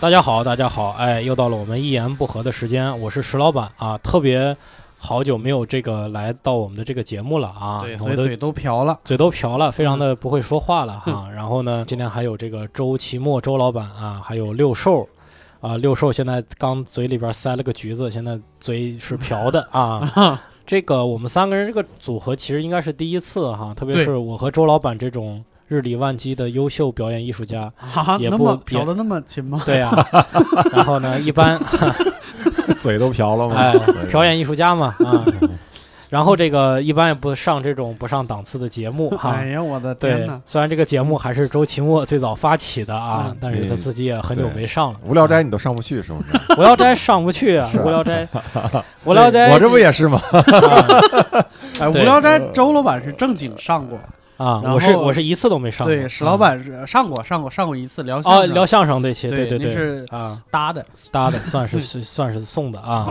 大家好，大家好，哎，又到了我们一言不合的时间，我是石老板啊，特别好久没有这个来到我们的这个节目了啊，对，所我以嗯的嘴都瓢了。嘴都瓢了，非常的不会说话了哈。然后呢，今天还有这个周奇墨周老板啊，还有六兽。啊，六兽现在刚嘴里边塞了个橘子，现在嘴是瓢 的啊。这个我们三个人这个组合其实应该是第一次哈，特别对是我和周老板这种日理万机的优秀表演艺术家， 啊，也那不么也瓢的那么勤 吗？对呀、然后呢，一般嘴都瓢了吗？哎哎，表演艺术家嘛啊。然后这个一般也不上这种不上档次的节 目哈。哎呀，我的天啊对哪，！虽然这个节目还是周奇墨最早发起的啊嗯，但是他自己也很久没上了。无聊斋你都上不去 是不是？ 《无聊斋》上不去啊，《无聊斋》《无聊斋》我这不也是吗？啊哎，无对聊斋周老板是正经上过，啊，然后我是我是一次都没上过。对，史老板是上过，上过，上过一次聊啊，相声聊相声这期，对对对那，是啊，搭的，搭 的算是是算是送的啊。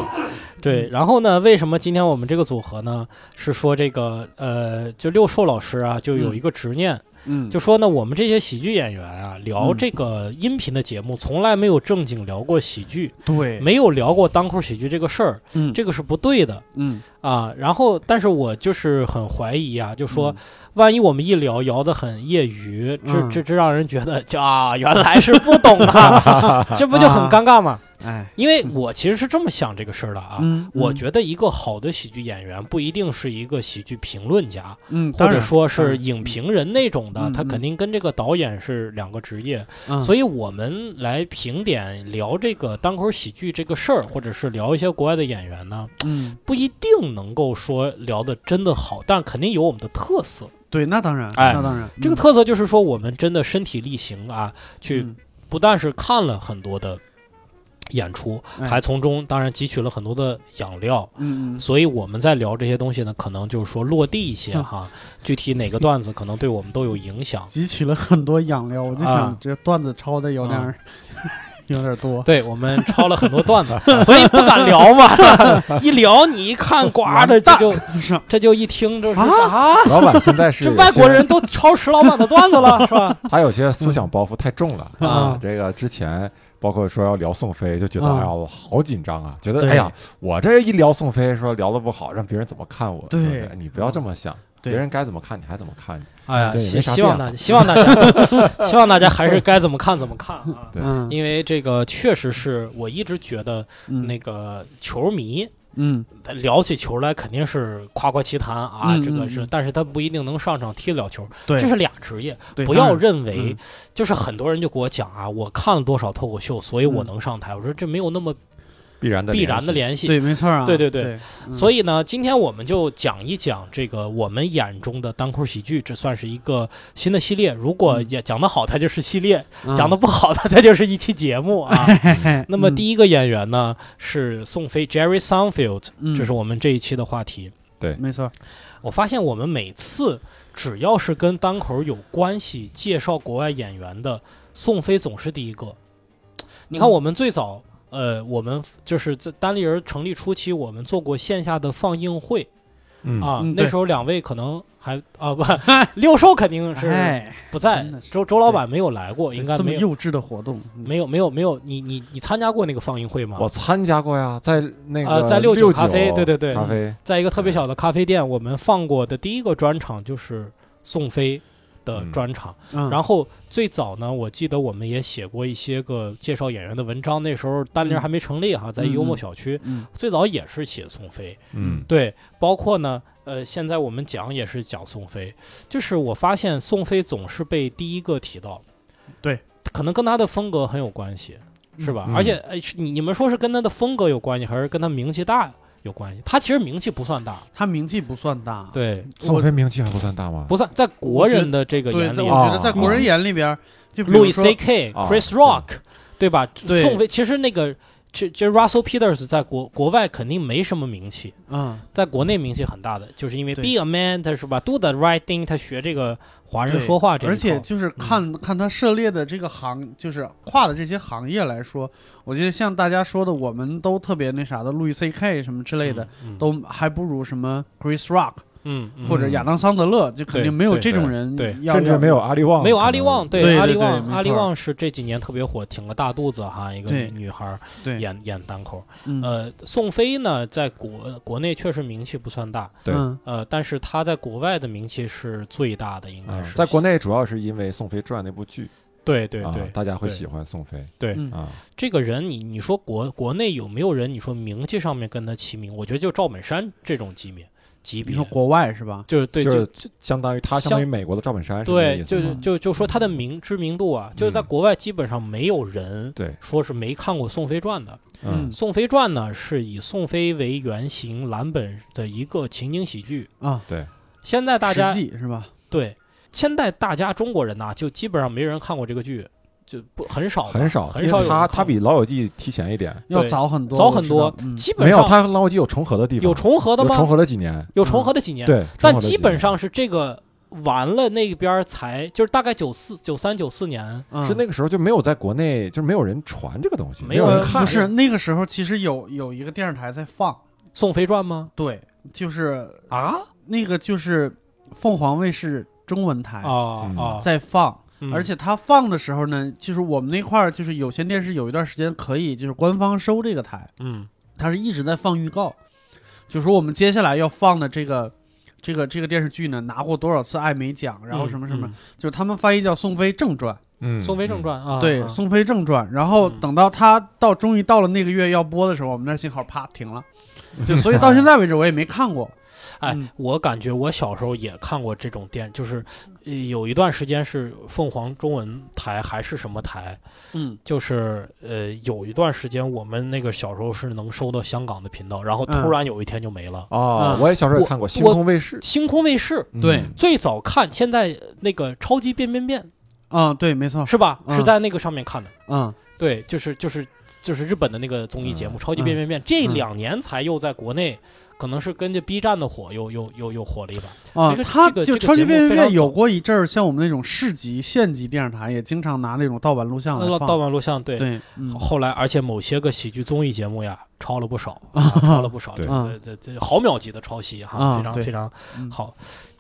对，然后呢，为什么今天我们这个组合呢？是说这个呃，就六兽老师啊，就有一个执念，嗯，就说呢，我们这些喜剧演员啊，聊嗯这个音频的节目，从来没有正经聊过喜剧，对，没有聊过单口喜剧这个事儿，嗯这个是不对的嗯，啊。然后，但是我就是很怀疑啊，就说嗯，万一我们一聊聊得很业余，这嗯这这让人觉得就啊，原来是不懂 啊，这不就很尴尬吗？哎，因为我其实是这么想这个事儿的啊。嗯，我嗯觉得一个好的喜剧演员不一定是一个喜剧评论家，嗯，或当者然，说是然影评人那种的，嗯他肯定跟这个导演是两个职业，所以以我们来评点聊这个单口喜剧这个事儿，或者是聊一些国外的演员呢，嗯，不一定能够说聊的真的好，但肯定有我们的特色。对，那当然，哎那当然，这个特色就是说，我们真的身体力行啊，去嗯不但是看了很多的演出，哎还从中当然汲取了很多的养料，嗯嗯所以我们在聊这些东西呢，可能就是说落地一些嗯哈，具体哪个段子可能对我们都有影响。汲取了很多养料，我就想啊这段子抄的有点儿 有点 多，对我们抄了很多段子，所以不敢聊嘛。一聊你一看，呱的这就这就一听就是啊，老板现在 是这有外国些，人都抄石老板的段子了，是吧？他有些思想包袱太重了 嗯啊。这个之前包括说要聊宋飞，就觉得嗯哎呀我好紧张啊，觉得对哎呀我这一聊宋飞，说聊的不好，让别人怎么看我？对是不是你不要这么想，对别人该怎么看你还怎么看。哎呀，对希没啥希望大变家，希望大家，希望大家还是该怎么看怎么看啊。对嗯因为这个确实是我一直觉得嗯那个球迷嗯聊起球来肯定是夸夸其谈啊，嗯这个嗯是嗯，但是他不一定能上场踢得了球，对，这是俩职业。对不当要然认为嗯，就是很多人就给我讲啊，我看了多少脱口秀，所以嗯我能上台。我说这没有那么必然的必然的联联系。对，没错啊，对对对嗯所以呢，今天我们就讲一讲这个我们眼中的单口喜剧，这算是一个新的系列。如果嗯也讲得好，它就是系列；嗯讲得不好，它它就是一期节目 啊。嘿嘿那么嗯第一个演员呢是宋飞 Jerry Seinfeld，嗯这是我们这一期的话题。没错，我发现我们每次只要是跟单口有关系介绍国外演员的，宋飞总是第一个。你嗯看，我们最早，呃，我们就是在单立人成立初期，我们做过线下的放映会嗯啊。嗯对那时候两位可能还啊不，六兽肯定是哎，不在真的，是周周老板没有来过，应该这么没有。幼稚的活动，嗯没有没有没有，你你你参加过那个放映会吗？我参加过呀，在那呃个在六六九咖啡对对对咖啡在一个特别小的咖啡店，我们放过的第一个专场就是宋飞的嗯专场。嗯然后最早呢，我记得我们也写过一些个介绍演员的文章，那时候单立人还没成立哈，在幽默小区，嗯最早也是写宋飞，嗯对，包括呢，呃，现在我们讲也是讲宋飞，就是我发现宋飞总是被第一个提到，对，可能跟他的风格很有关系，是吧？嗯而且，哎，是你你们说是跟他的风格有关系，还是跟他名气大有关系？他其实名气不算大，他名气不算大，对，宋飞名气还不算大吗？不算在国人的这个对，眼在里我啊。觉得在国人眼里边儿，就比如路易说 C K、啊 Chris 是 Rock，对吧？对宋飞其实那个这这 Russell Peters 在国国外肯定没什么名气，嗯，在国内名气很大的，就是因为对 Be a Man，他是吧？Do the right thing，他学这个华人对说话这一而且套嗯就是看看他涉猎的这个行，就是跨的这些行业来说，我觉得像大家说的，我们都特别那啥的，路易 C K 什么之类的，嗯嗯都还不如什么 Chris Rock 嗯，嗯或者亚当桑德勒，就肯定没有这种人对对，要甚至没有阿利旺，嗯没有阿利旺，对阿利对对旺，没阿利错旺是这几年特别火，挺个大肚子哈，一个对女孩儿对演演单口。嗯呃，宋飞呢，在国国内确实名气不算大，对嗯呃，但是她在国外的名气是最大的，应该嗯是。在国内主要是因为宋飞传那部剧，对对啊对，大家会对喜欢宋飞对嗯啊，这个人你，你说国国内有没有人？你说名气上面跟他齐名，我觉得就赵本山这种级别级你别说，国外是吧？就是对，就是就相当于他相当于美国的赵本山，是那对，意就思是吗就就说他的名知名度啊，就是在嗯国外基本上没有人对，说是没看过《宋飞传》的。嗯《宋飞传》呢，是以宋飞为原型蓝本的一个情景喜剧。啊，现在大家实际是吧？对，现在大家中国人呐、就基本上没人看过这个剧，就不很少吧，很少，很少因有为人他看他比《老友记》提前一点，要对早很多，早很多我知道，嗯基本没有上他和《老友记》有重合的地方，有重合的有重吗？合了几年，有重合的几年，对，但重合了基几本年上是这个完了那边儿才，就是大概九四、九三、九四年，嗯是那个时候就没有在国内，就是没有人传这个东西，没有有人人看不呃是那个时候，其实有有一个电视台在放， 《宋飞传》吗？对，就是啊那个就是凤凰卫视中文台啊啊！哎在放，嗯而且它放的时候呢，就是我们那块儿就是有线电视有一段时间可以就是官方收这个台，嗯它是一直在放预告，就说我们接下来要放的这个。这个这个电视剧呢，拿过多少次艾美奖，然后什么什么，嗯就是他们翻译叫《宋飞正传》，嗯嗯宋飞正传》啊，对，啊《宋飞正传》。然后嗯等到他到终于到了那个月要播的时候，我们那信号啪 停了，就所以到现在为止我也没看过。哎嗯，我感觉我小时候也看过这种电，就是呃有一段时间是凤凰中文台还是什么台，嗯，就是呃有一段时间我们那个小时候是能收到香港的频道，然后突嗯然有一天就没了。啊，嗯我也小时候也看过星空卫视，星空卫视嗯对最早看，现在呃那个超级变变变啊，对，没错，是吧？是嗯在那个上面看的。嗯，对，就是就是就是日本的那个综艺节目《嗯超级变变变》，这嗯两年才又在国内，可能是跟着 B 站的火又又又又火了一把。啊这个，他这个就这个超级节目变变非变常早有过一阵儿，像我们那种市级、县级电视台也经常拿那种盗版录像来呃，放。盗版录像对。对，嗯后后来，而且某些个喜剧综艺节目呀，抄了不少，啊、抄了不少，对这这这毫秒级的抄袭哈，啊非常对非常嗯好。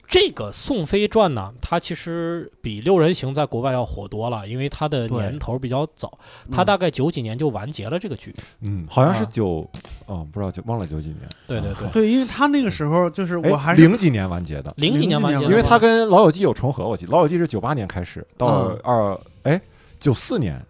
这个《宋飞传》呢，它其实比《六人行》在国外要火多了，因为它的对年头比较早，它嗯大概九几年就完结了这个剧。嗯，好像是啊九，哦，不知道九忘了九几年，对对对，对，因为他那个时候就是哎我还是零几年完结的，零几零年几完年结吧了吧，因为它跟《老友记》有重合，我记得《老友记》是九八年开始到嗯二哎九四年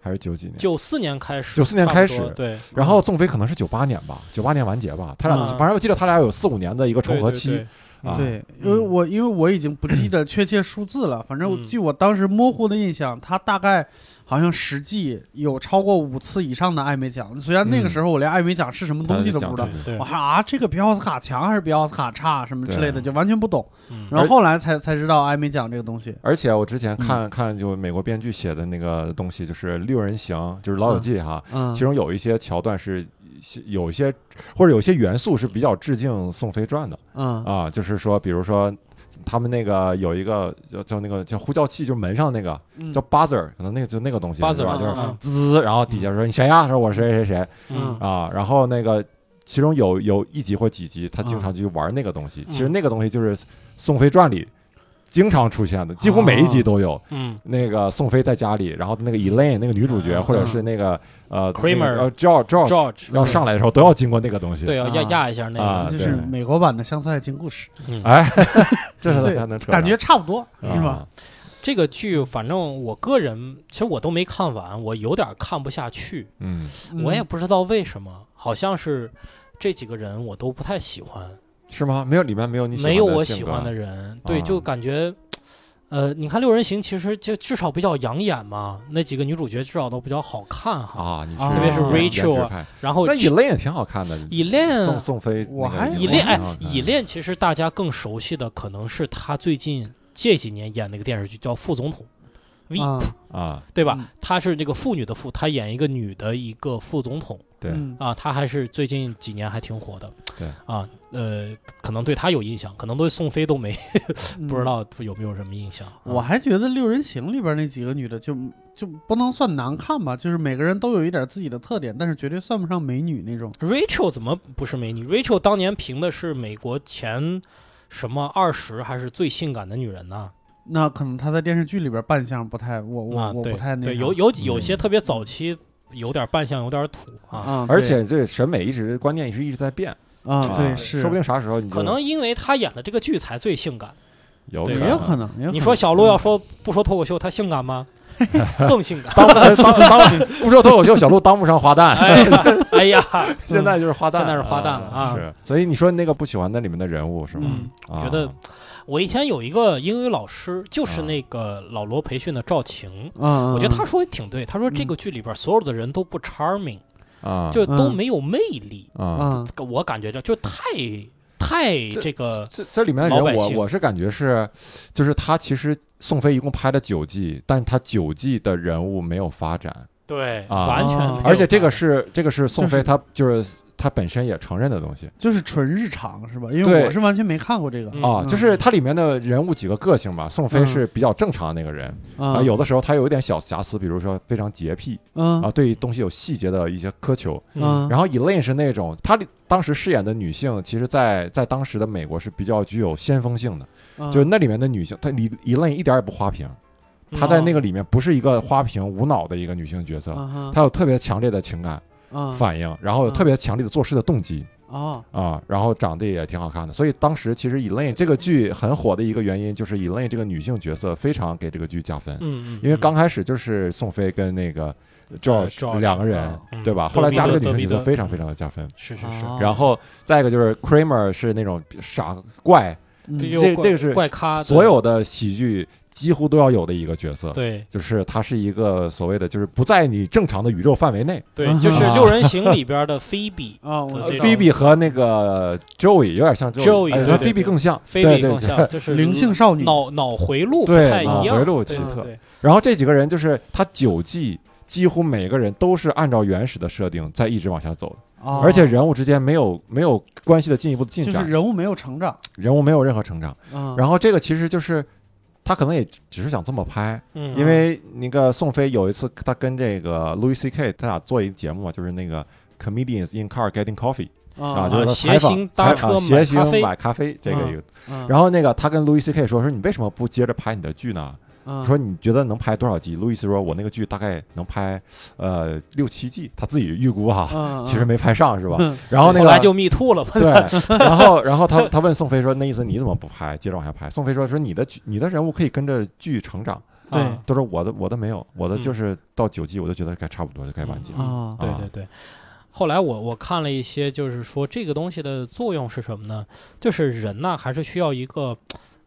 还是九几年，九四年开始， 94年差不开多始对，然后宋飞可能是九八年吧，九八年完结吧，他俩嗯反正我记得他俩有四五年的一个 重对合对期对啊，对，嗯因为我因为我已经不记得确切数字了，反正嗯据我当时模糊的印象，他大概好像实际有超过五次以上的艾美奖。虽然那个嗯时候我连艾美奖是什么他东西就都讲不知这道，对个对我，还啊这个比奥斯卡强还是比奥斯卡差啊什么之类的，对就完全不懂。嗯然后后来才才知道艾美奖这个东西。而且我之前看嗯看就美国编剧写的那个东西，就是《六人行》，就是《老友记》哈，嗯，其中有一些桥段是有一些或者有一些元素是比较致敬《宋飞传》的嗯啊，就是说，比如说他们那个有一个叫叫那个叫呼叫器，就是门上那个嗯叫 buzzer，可能那个就那个东西八字是吧？吧，就是嗯滋，然后底下说你谁呀？说我是谁谁谁嗯嗯啊，然后那个。其中有有一集或几集，他嗯经常去玩那个东西。其实那个东西就是《宋飞传》里经常出现的，几乎每一集都有。嗯那个宋飞在家里，然后那个 Elaine 那个女主角，嗯或者是那个呃 Kramer 那个呃 George George ，George 嗯要上来的时候，都要经过那个东西。对，要压啊压一下那啊个，就是对美国版的《乡村爱情故事嗯哎，这是对才能啊扯》，感觉差不多啊上是吧？？嗯这个剧，反正我个人其实我都没看完，我有点看不下去，嗯，嗯我也不知道为什么，好像是这几个人我都不太喜欢，是吗？没有里面没有你没有我喜欢的人，人，对，啊就感觉。呃，你看《六人行》其实就至少比较养眼嘛，那几个女主角至少都比较好看哈。啊，你特别是 Rachel 啊啊，然后那以 Elaine 也挺好看的。 Elaine 宋宋飞，我还嗯以我恋恋哎，以恋其实大家更熟悉的可能是他最近这几年演那个电视剧叫《副总统》，V、啊，啊，对吧嗯？他是那个妇女的妇，他演一个女的一个副总统对，嗯啊，他还是最近几年还挺火的。对啊，呃，可能对他有印象，可能对宋飞都 没嗯不知。道有没有什么印象。啊我还觉得《六人行》里边那几个女的就就不能算难看吧，就是每个人都有一点自己的特点，但是绝对算不上美女那种。 Rachel 怎么不是美女？Rachel 当年评的是美国前什么二十还是最性感的女人呢？那可能他在电视剧里边扮相不太，我我、啊，我对不太那对，啥有有几有嗯些特别早期有点扮相有点土啊，啊，嗯而对且这审美一直观念一直一直在变啊，对啊是，说不定啥时候你就可能因为他演了这个剧才最性感。有对也有可能，也有你可说能小鹿要说不说脱口秀，他性感 吗？更性感。 当 当当不说脱口秀，小鹿当不上花旦，哎呀，哎呀，现在就是花旦，现在是花旦了啊是，所以你说那个不喜欢那里面的人物是吗？嗯，啊觉得我以前有一个英语老师，就是那个老罗培训的赵晴。啊嗯，我觉得他嗯说的挺对，他说这个剧里边所有的人都不 charming，啊，就都嗯没有魅力。啊，嗯我感觉这就太太这个这这里面的老百人，我姓我是感觉是，就是他其实宋飞一共拍了九季，但他九季的人物没有发展，对，啊完全没有办啊法。而且这个是这个是宋就是飞他就是他本身也承认的东西。就是纯日常是吧？因为对我是完全没看过这个嗯啊，就是它里面的人物几个个性吧，宋飞嗯是比较正常的那个人，啊，啊，有的时候他有一点小瑕疵，比如说非常洁癖嗯啊，对于东西有细节的一些苛求。嗯，嗯，然后 Elaine 是那种，她当时饰演的女性，其实在在当时的美国是比较具有先锋性的，后就是那里面的女性，她 Elaine 一点也不花瓶，嗯嗯她在那个里面不是一个花瓶无脑的一个女性角色，他她有特别强烈的情感嗯反应，然后有特别强烈的做事的动机。啊哦啊，然后长得也挺好看的，所以当时其实 Elaine 这个剧很火的一个原因就是 Elaine 这个女性角色非常给这个剧加分，嗯，嗯，因为嗯刚开始就是宋飞跟那个 George George，两个人啊，嗯对吧？德后来比加这德个女德比性角色德非嗯常哦非常的加分。是是哦是，然后再一个就是 Kramer 是那种傻怪，这嗯就这怪这个是怪咖，所有的喜剧几乎都要有的一个角色，啊对就是他是一个所谓的就是不在你正常的宇宙范围内。对嗯，对，就是啊《六人行》里边的菲比 啊，我这知道种菲比和那个 Joey 有点像呃 Joey，哎对对菲比对更像，菲对比对更像就是灵性少女脑脑回路不对太脑一样，回路对奇对特对然后这几个人就是他九季几乎每个人都是按照原始的设定在一直往下走的，哦而且人物之间没有没有关系的进一步的进就是展，人物没有成长，人物没有任何成长。嗯，然后这个其实就是。他可能也只是想这么拍，嗯，因为那个宋飞有一次他跟这个 Louis C.K. 他俩做一个节目嘛，就是那个 Comedians in Car Getting Coffee 啊，啊就是他谐采星访搭采车啊买谐咖啡星买咖啡这个嗯一个。嗯然后那个他跟 Louis C.K. 说说你为什么不接着拍你的剧呢？嗯说你觉得能拍多少季？路易斯说，我那个剧大概能拍呃六七季，他自己预估哈，嗯其实没拍上是吧？嗯然后那啊后来 个。就 me too 了吧？对，然后然后他他问宋飞说，那意思你怎么不拍？接着往下拍。宋飞说说你的剧你的人物可以跟着剧成长，对啊他说我的我的没有，我的嗯就是到九季我就觉得该差不多就该完结了。啊对对对。后来我我看了一些，就是说这个东西的作用是什么呢？就是人呐，还是需要一个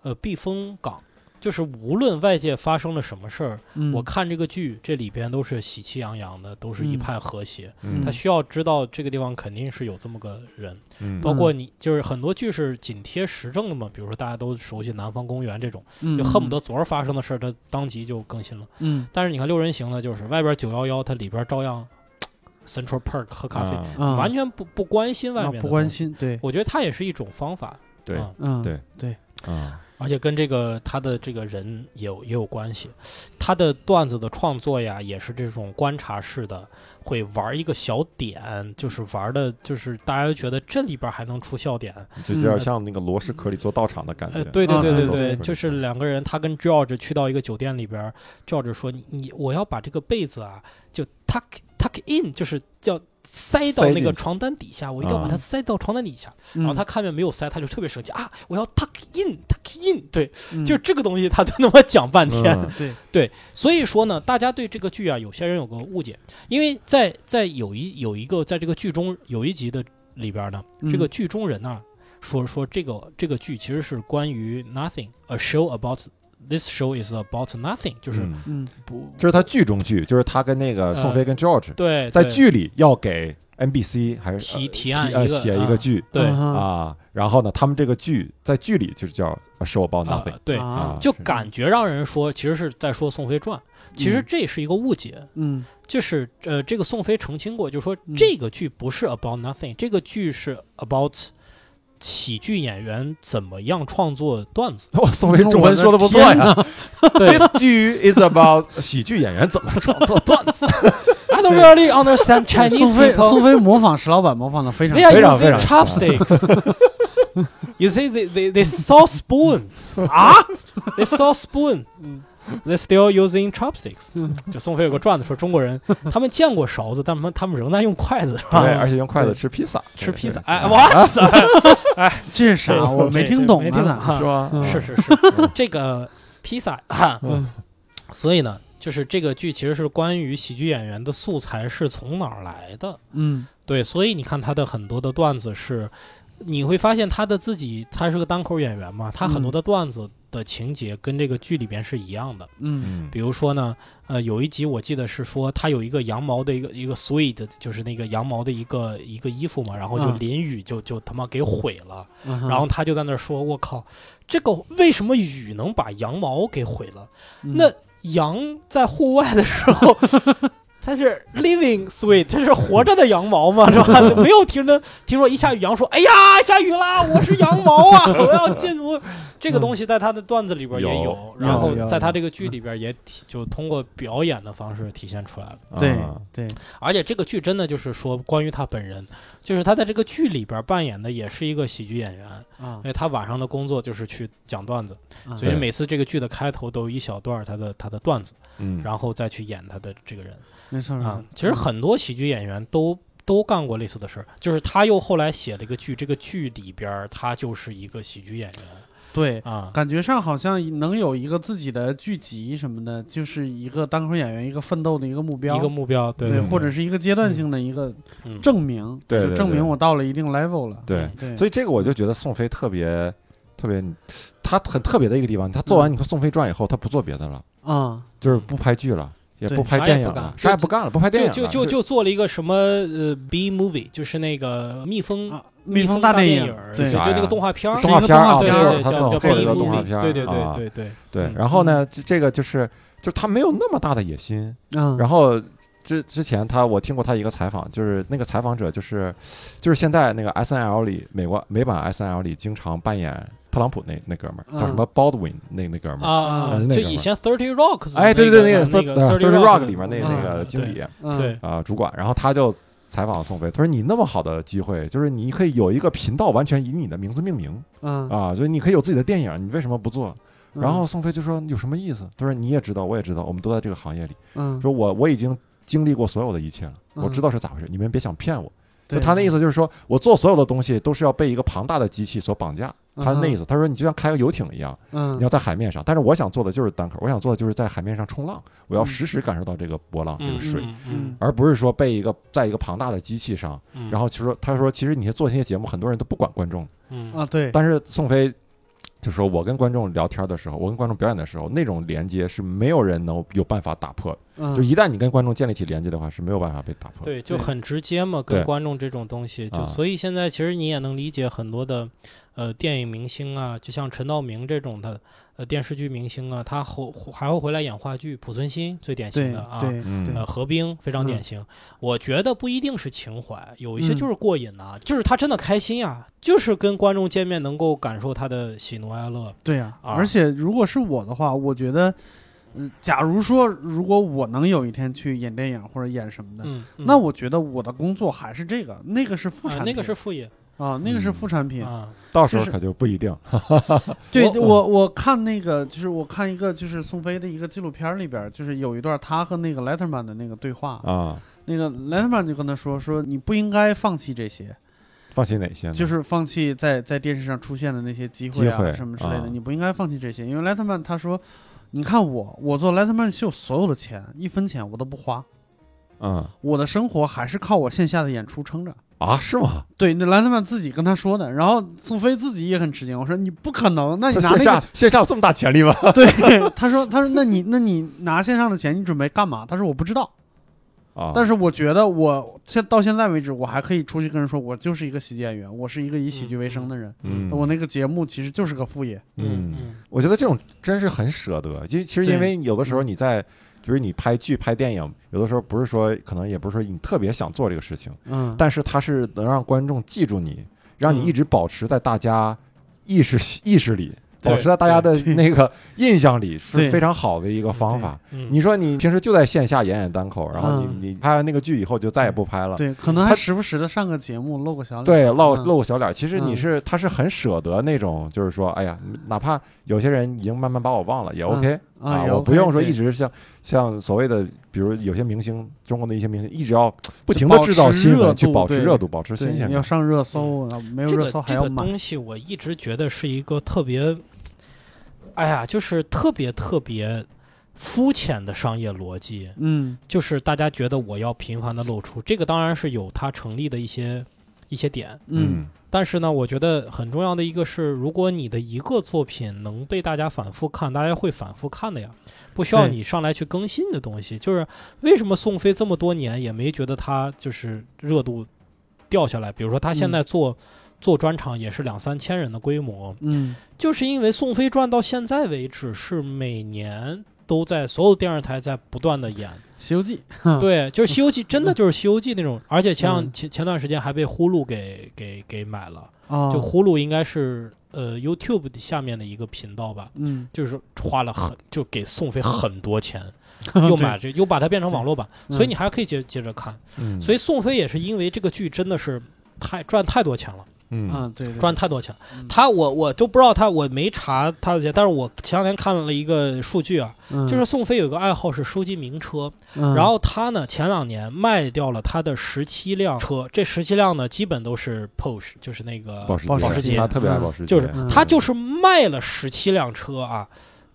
呃避风港，就是无论外界发生了什么事儿，嗯啊我看这个剧，这里边都是喜气洋洋的，都是一嗯派和谐。嗯他需要知道这个地方肯定是有这么个人，嗯包括你就是很多剧是紧贴时政的嘛，比如说大家都熟悉《南方公园》这种，就恨不得昨儿发生的事儿，它当即就更新了。嗯但是你看《六人行》呢，就是外边九幺幺，它里边照样 Central Park 喝咖啡，啊嗯完全不不关心外啊面，不关。心，对，我觉得它也是一种方法，对啊嗯对对，啊而且跟这个他的这个人也有也有关系，他的段子的创作呀，也是这种观察式的，会玩一个小点，就是玩的，就是大家都觉得这里边还能出笑点。就有点像那个螺蛳壳里做道场的感觉嗯呃，。对对啊对对对对对，嗯对就是两个人，他跟 George 去到一个酒店里边，George 说：“你你，我要把这个被子啊，就 tuck tuck in，就是要塞到塞那个进去床单底下，我一定要把它啊嗯塞到床单底下。”然然后他看见没有塞，他就特别生气啊！我要 tuck in tuck in，对，他就这个东西，他都那么讲半天。 嗯嗯对，所以说呢，大家对这个剧啊，有些人有个误解，因为在在有一有一个在这个剧中有一集的里边呢，嗯这个剧中人呢、说说这个这个剧其实是关于 nothing，a show about this show is about nothing，就是呃嗯嗯不、这是他剧中剧，就是他跟那个宋飞跟 George 对在对剧里要给 NBC 还是提呃提案呃一个写一啊个剧对啊、啊啊，然后呢，他们这个剧在剧里就是叫呃《Show About Nothing》对。啊啊，就是感觉让人说，其实是在说《宋飞传》，其嗯实这是一个误解。嗯就是呃，这个宋飞澄清过，就是说嗯这个剧不是 about nothing，这个剧是 about 喜剧演员怎么样创作段 子。哇，宋飞中文说的不错呀。呃 对 This 剧 is about 喜剧演员怎么创作段子， ，I don't really understand Chinese 宋 people. 飞哎 宋飞模仿石老板模仿的非常 They are 非常非 using 常 chopsticks. You see, they they they saw spoon 啊，they saw spoon，嗯 They still using chopsticks 。就宋飞有个段子说，中国人他们见过勺子，但他们他们仍在用筷子，是吧？对，而且用筷子吃披萨，啊吃披萨， 对啊哎，对哇塞， 这是啥？我没听懂没听懂呢。啊是吧？嗯是是是，这个披萨啊，嗯所以呢，就是这个剧其实是关于喜剧演员的素材是从哪儿来的？嗯对，所以你看他的很多的段子是，你会发现他的自己，他是个单口演员嘛，他很多嗯的段子的情节跟这个剧里边是一样的。嗯嗯比如说呢，呃，有一集我记得是说他有一个羊毛的一个一个 suit，就是那个羊毛的一个一个衣服嘛，然后就嗯淋雨就就他妈给毁了，嗯哼，然后他就在那儿说：“我靠，这个为什么雨能把羊毛给毁了？嗯那羊在户外的时 候。”它是 living sweet，这是活着的羊毛嘛，是吧？ 没有听着听说一下雨，羊说：“哎呀，下雨啦，我是羊毛啊，我要进入。” 这个东西在他的段子里边也有然后有有在他这个剧里边也体就通过表演的方式体现出来了。嗯对啊对，而且这个剧真的就是说关于他本人，就是他在这个剧里边扮演的也是一个喜剧演员，啊因，为他晚上的工作就是去讲段子，啊哎所以嗯对每次这个剧的开头都有一小段儿他的他的段子，嗯，然后再去演他的这个人没错没啊错。。嗯其实很多喜剧演员都都干过类似的事儿，就是他又后来写了一个剧，这个剧里边儿他就是一个喜剧演员对，啊。感觉上好像能有一个自己的剧集什么的，就是一个单口演员一个奋斗的一个目标，一个目标，对对，对或者是一个阶段性的一个嗯证明，对对就证明对我到了一定 level 了。对，对，所以这个我就觉得宋飞特别特别，他很特别的一个地方，他做嗯完《你说宋飞传》以后，他不做别的了，啊，就是不拍剧了，也对不拍啥也电影不干了，啥也不干了，不拍电就影啊了，就就就做了一个什么呃 B movie，就是那个蜜蜂啊蜜蜂大电电儿对就啥就那呀个动画片儿是是动一画个片对对，动画片儿啊，就是他叫做叫做了 B 一个动画 movie，片儿，对对啊对对对，对嗯，然后呢，这这个就是就他没有那么大的野心，嗯，然后。之之前他我听过他一个采访，就是那个采访者就是，就是现在那个 S N L 里美国美版 S N L 里经常扮演特朗普那那哥们儿叫什么 Baldwin 那那哥们儿嗯啊啊，那就个以嘛前 Thirty Rock，哎，对对对，那那个个 Thirty Rock 里面那个个嗯那个经理嗯对，啊主管，然后他就采访宋飞，他说你那么好的机会，就是你可以有一个频道完全以你的名字命名嗯，啊，就是你可以有自己的电影，你为什么不做？嗯然后宋飞就说有什么意思？他说你也知道，我也知道，我们都在这个行业里，嗯，说我我已经经历过所有的一切了，嗯我知道是咋回事，你们别想骗我。对就他那意思就是说我做所有的东西都是要被一个庞大的机器所绑架，他那意，思，他说你就像开个游艇一样。嗯，你要在海面上，但是我想做的就是单口，我想做的就是在海面上冲浪，我要嗯实时感受到这个波浪、这嗯个啊水，嗯嗯嗯，而不是说被一个在一个庞大的机器上。嗯然后就说，他说其实你做这些节目，很多人都不管观众，嗯啊，对，但是宋飞就说，我跟观众聊天的时候，我跟观众表演的时候，那种连接是没有人能有办法打破的。嗯就一旦你跟观众建立起连接的话，是没有办法被打破的。对，就对很直接嘛，跟对观众这种东西，就啊所以现在其实你也能理解很多的，呃，电影明星啊，就像陈道明这种的，呃，电视剧明星啊，他后还会回来演话剧，濮存昕最典型对的啊，对嗯呃，对，何冰非常典型。我觉得不一定是情怀，有一些嗯就是过瘾呐、就是他真的开心呀、就是跟观众见面能够感受他的喜怒哀乐。对呀、啊而且如果是我的话，我觉得，嗯，假如说如果我能有一天去演电影或者演什么的，嗯，那嗯我觉得我的工作还是这个，那个是副啊产品，那个是副业啊，那个是嗯副产品。啊，到时候就是啊可就不一定。对我我我看那个就是我看一个就是宋飞的一个纪录片里边，就是有一段他和那个 Letterman 的那个对话，啊，那个 Letterman 就跟他说说你不应该放弃这些，放弃哪些呢？就是放弃在在电视上出现的那些机会啊机会什么之类的，啊你不应该放弃这些。因为莱特曼他说，你看我，我做莱特曼秀所有的钱，一分钱我都不花，嗯我的生活还是靠我线下的演出撑着。啊，是吗？对，那莱特曼自己跟他说的，然后宋飞自己也很吃惊。我说你不可能，那你线拿那下个线下有这么大潜力吗？对， 他说他说那你那你拿线上的钱你准备干嘛？他说我不知道，啊，但是是我觉得我现到现在为止，我还可以出去跟人说，我就是一个喜剧演员，我是一个以喜剧为生的人，嗯，我那个节目其实就是个副业。嗯。嗯我觉得这种真是很舍得，因为其实对嗯因为有的时候你在，就是你拍剧、拍电影，有的时候不是说可能也不是说你特别想做这个事情，嗯，但是它是能让观众记住你，让你嗯一直保持在大家意识意识里，对保持在大家的对那个印象里对是非常好的一个方法。嗯你说你平时就在线下演演单口，然后你、嗯你拍完那个剧以后就再也不拍了。对，可能还他时不时的上个节目露个小脸。对，露嗯露个小脸儿，其实你嗯是他是很舍得那种，就是说，哎呀，哪怕有些人已经慢慢把我忘了，也 OK 嗯啊啊，也我 OK，不用说对一直像像所谓的，比如有些明星，中国的一些明星，一直要不就停的保制造持新热闻，去度保持对热度，保持对新鲜要感。上热搜，然后没有这热个搜还这要个买。东西，我一直觉得是一个特别，哎呀，就是特别特别肤浅的商业逻辑，嗯，就是大家觉得我要频繁的露出，这个当然是有它成立的一些一些点，嗯，但是呢，我觉得很重要的一个是，如果你的一个作品能被大家反复看，大家会反复看的呀，不需要对你上来去更新的东西。就是为什么宋飞这么多年也没觉得他就是热度掉下来？比如说嗯他现在做、做专场也是两三千人的规模，嗯，就是因为宋飞传到现在为止是每年都在所有电视台在不断的演。 《西游记》对，就是《西游记》，真的就是《西游记》那种，而且前两嗯前前段时间还被呼噜给给给买了。啊，就呼噜应该是呃 YouTube 的下面的一个频道吧，嗯，就是花了很就给宋飞很多钱， 又买这又把它变成网络版，嗯所以你还可以接接着看。嗯，所以以宋飞也是因为这个剧真的是太赚太多钱了，嗯啊，对对，赚太多钱嗯。他我我都不知道他我没查他的钱，但是我前两天看了一个数据啊，嗯就是宋飞有个爱好是收集名车，嗯然后他呢，前两年卖掉了他的十七辆车，这十七辆呢，基本都是 Porsche，就是那个保时保捷时捷他特别爱嗯保时捷，就是嗯他就是卖了十七辆车啊，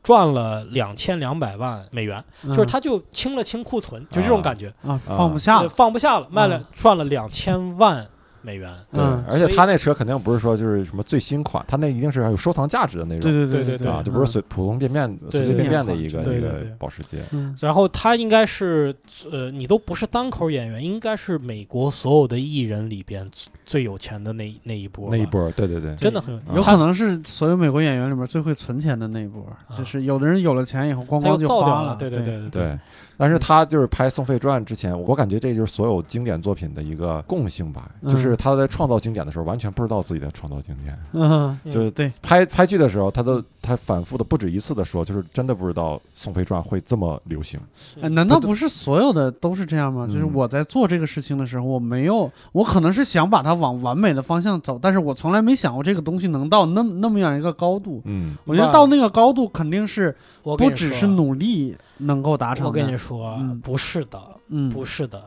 赚了两千两百万美元，就是他就清了清库存，就这种感觉，嗯啊，放不下呃了，嗯放不下了，卖了赚了两千万美元。对嗯，而且所以他那车肯定不是说就是什么最新款，他那一定是有收藏价值的那对种。对对对嗯对啊，对嗯就不是随普通便便、对随随便便的对一个对一对个对保时捷。嗯然后他应该是，呃，你都不是单口演员，应该是呃美国所有的艺人里边最最有钱的那那一波，那一，波，对对对，真的很有嗯，有可能是所有美国演员里面最会存钱的那一波，就是有的人有了钱以后咣啊他又咣就造花掉了，对对对，对对对，嗯对，但是他就是拍《宋飞传》之前，我感觉这就是所有经典作品的一个共性吧，嗯就是他在创造经典的时候，完全不知道自己在创造经典。嗯嗯就是对拍拍剧的时候，他都他反复的不止一次的说，就是真的不知道《宋飞传》会这么流行。嗯哎，难道不是所有的都是这样吗？就是嗯我在做这个事情的时候，我没有，我可能是想把它往完美的方向走，但是我从来没想过这个东西能到那么那么样一个高度。嗯我觉得那到那个高度肯定是我跟不你只说是努力能够达成的。我跟你说，嗯不是的，嗯，不是的，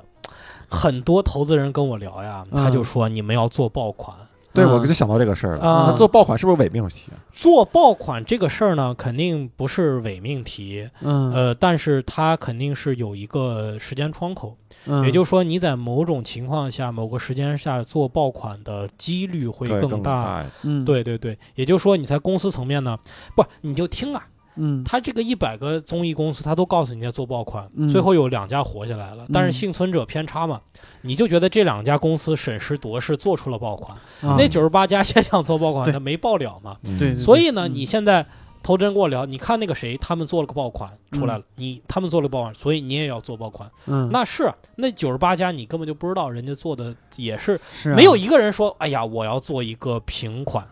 很多投资人跟我聊呀，嗯他就说你们要做爆款，对，嗯我就想到这个事儿了。啊那做爆款是不是伪命题啊？做爆款这个事儿呢，肯定不是伪命题，嗯呃，但是它肯定是有一个时间窗口，嗯，也就是说你在某种情况下、某个时间下做爆款的几率会对更更大。大一点。嗯对对对，也就是说你在公司层面呢，不，你就听啊，嗯他这个一百个综艺公司，他都告诉你在做爆款，嗯最后有两家活下来了，但嗯是幸存者偏差嘛，你就觉得这两家公司审时度势做出了爆款，啊那九十八家也想做爆款，对他没爆了嘛。嗯对所以呢，嗯你现在头真跟我聊，你看那个谁，他们做了个爆款出来了，你他们做了爆款，所以你也要做爆款，嗯那是那九十八家你根本就不知道人家做的也是是啊没有一个人说，哎呀，我要做一个平款，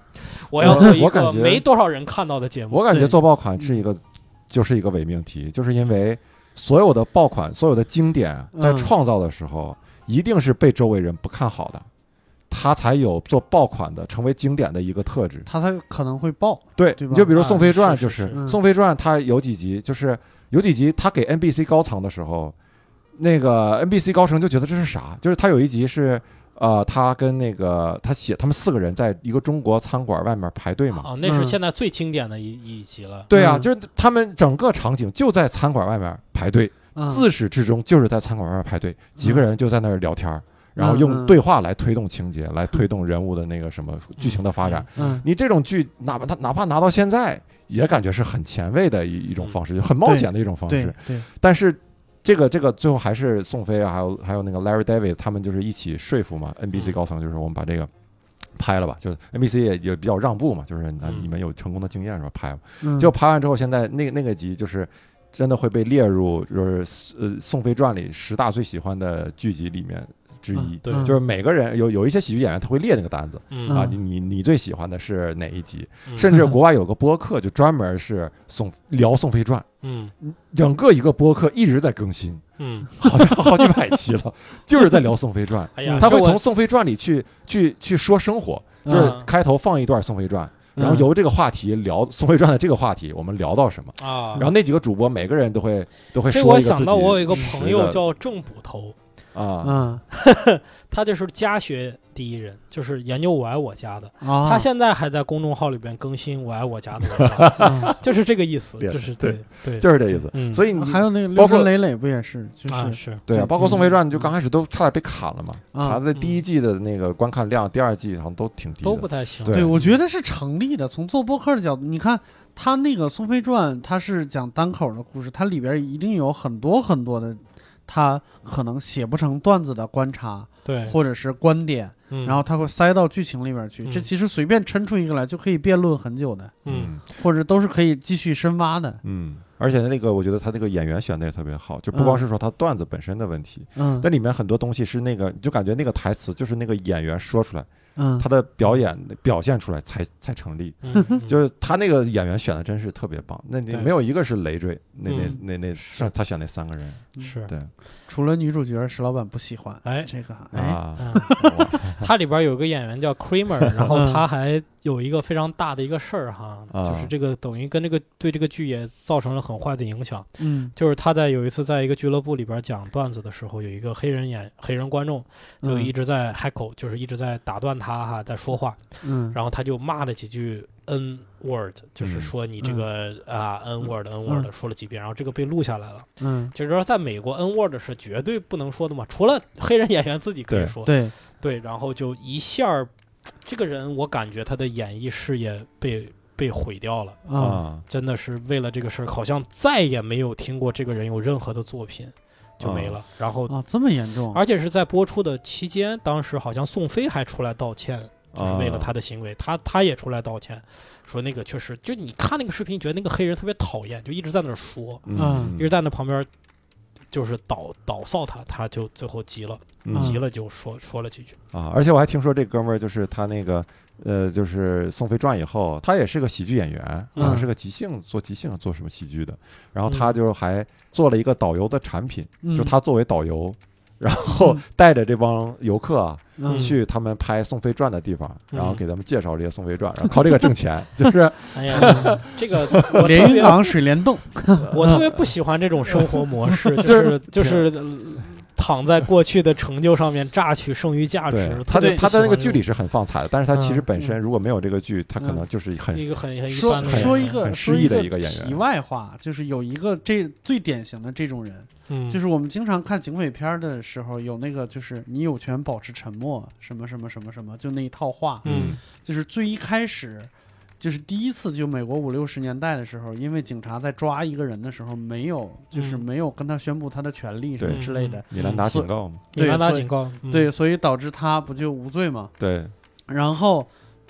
我嗯要做一我感个觉没多少人看到的节目。我感觉对做爆款是一个，就是一个伪命题，就是因为所有的爆款、所有的经典在嗯创造的时候，一定是被周围人不看好的，他才有做爆款的、成为经典的一个特质。他才可能会爆。对，对吧你就比如《宋飞传啊》，就是是是是嗯《宋飞传》，它有几集，就是有几集他给 NBC 高层的时候，那个 NBC 高层就觉得这是啥？就是他有一集是。呃，他跟那个他写他们四个人在一个中国餐馆外面排队嘛，啊，那是嗯现在最经典的一一集了。对啊，嗯就是他们整个场景就在餐馆外面排队，嗯自始至终就是在餐馆外面排队，几个人就在那儿聊天儿，然后嗯用嗯对话来推动情节，来推动人物的那个什么剧情的发展。嗯你这种剧，哪怕他哪怕拿到现在，也感觉是很前卫的一一种方式，就很冒险的一种方对式。对但是这个这个最后还是宋飞啊，还有还有那个 Larry David 他们就是一起说服嘛嗯，NBC 高层就是我们把这个拍了吧，就是 NBC 也也比较让步嘛，就是啊嗯你们有成功的经验是吧，拍吧。嗯就拍完之后，现在那那个集就是真的会被列入就是呃《宋飞传》里十大最喜欢的剧集里面之一，对嗯就是每个人有有一些喜剧演员他会列那个单子、嗯啊，嗯你你你最喜欢的是哪一集？嗯甚至国外有个播客就专门是宋聊《宋飞传嗯》，整个一个播客一直在更新，嗯，好像好几百期了，就是在聊《宋飞传》。哎呀，他会这我从《宋飞传》里去去去说生活，就是嗯开头放一段《宋飞传》，嗯然后由这个话题聊《宋飞传》的这个话题，我们聊到什么。啊，然后那几个主播每个人都会都会这说我一个自想己到我有一个实朋友的叫郑捕头，啊嗯他就是家学第一人，就是研究我爱我家的。啊，他现在还在公众号里边更新我爱我家的文章， 嗯就是这个意思，对就是对对对，就是这意思。嗯，所以你还有那个包六括神磊磊不也是，就啊是是对啊，对包括《嗯宋飞传》，就刚开始都差点被砍了嘛。啊他在第一季的那个观看量，第二季好像都挺低的。都不太行，对对，我觉得是成立的。从做播客的角度，你看他那个《宋飞传》，他是讲单口的故事，它里边一定有很多很多的他可能写不成段子的观察对，或者是观点，嗯然后他会塞到剧情里边去。这嗯其实随便抻出一个来就可以辩论很久的，嗯或者都是可以继续深挖的。嗯，而且那个我觉得他这个演员选的也特别好，就不光是说他段子本身的问题，嗯那里面很多东西是那个，就感觉那个台词就是那个演员说出来，嗯他的表演表现出来才才成立。嗯，嗯就是他那个演员选的真是特别棒，那你对没有一个是累赘，那那嗯那那上他选那三个人，是对除了女主角，石老板不喜欢。哎这个哎，啊，嗯，哇 它里边有个演员叫 Kramer，然后嗯他还有一个非常大的一个事儿哈， 啊就是这个等于跟这个对这个剧也造成了很坏的影响。嗯，就是他在有一次在一个俱乐部里边讲段子的时候，有一个黑人演黑人观众就嗯一直在 heckle，、就是一直在打断他哈，在说话，嗯然后他就骂了几句 n word，就是说嗯你这个、啊 n word n word、说了几遍，然后这个被录下来了。嗯，就是说，在美国 n word 是绝对不能说的嘛，除了黑人演员自己可以对说。对，对，然后就一下儿，这个人我感觉他的演艺事业被被毁掉了，啊，啊，真的是为了这个事儿，好像再也没有听过这个人有任何的作品， 就没了。然哦后，啊，这么严重啊？而且是在播出的期间，当时好像宋飞还出来道歉，啊就是为了他的行为，他他也出来道歉，说那个确实，就你看那个视频，觉得那个黑人特别讨厌，就一直在那儿说，嗯，一直在那旁边。就是倒倒扫他，他就最后急了，嗯急了就说说了几句，啊，而且我还听说这哥们儿就是他那个呃，就是《宋飞传》以后，他也是个喜剧演员，啊，嗯是个即兴做即兴做什么喜剧的，然后嗯他就还做了一个导游的产品，嗯就他作为导游。然后嗯 带着这帮游客啊，嗯去他们拍《宋飞传》的地方，然后嗯给他们介绍这些《宋飞传》，然后靠这个 挣钱，就是哎呀，这 个我特连云别港水帘洞，我特别不喜欢这种生活模 式，就嗯就是是就是呃躺在过去的成就上面榨取剩余价对值。，他特别在他在那不个喜剧欢这里是很放彩的，但是他其实嗯本身如果没有这个剧，他可能就是很 种一个很很一说般的说人一个很说失意的一个演员题外话，就是有一个这最典型的这种人，嗯就是我们经常看警匪片儿的时候，有那个就是你有权保持沉默，什么什么什么什么，就那一套话，嗯就是最一开始。就是第一次，就美国五六十年代的时候，因为警察在抓一个人的时候，没有，就是嗯没有跟他宣布他的权利什么对之类的，米兰达警告嘛，米兰达对所以警告，嗯对，所以导致他不就无罪吗？对，然后，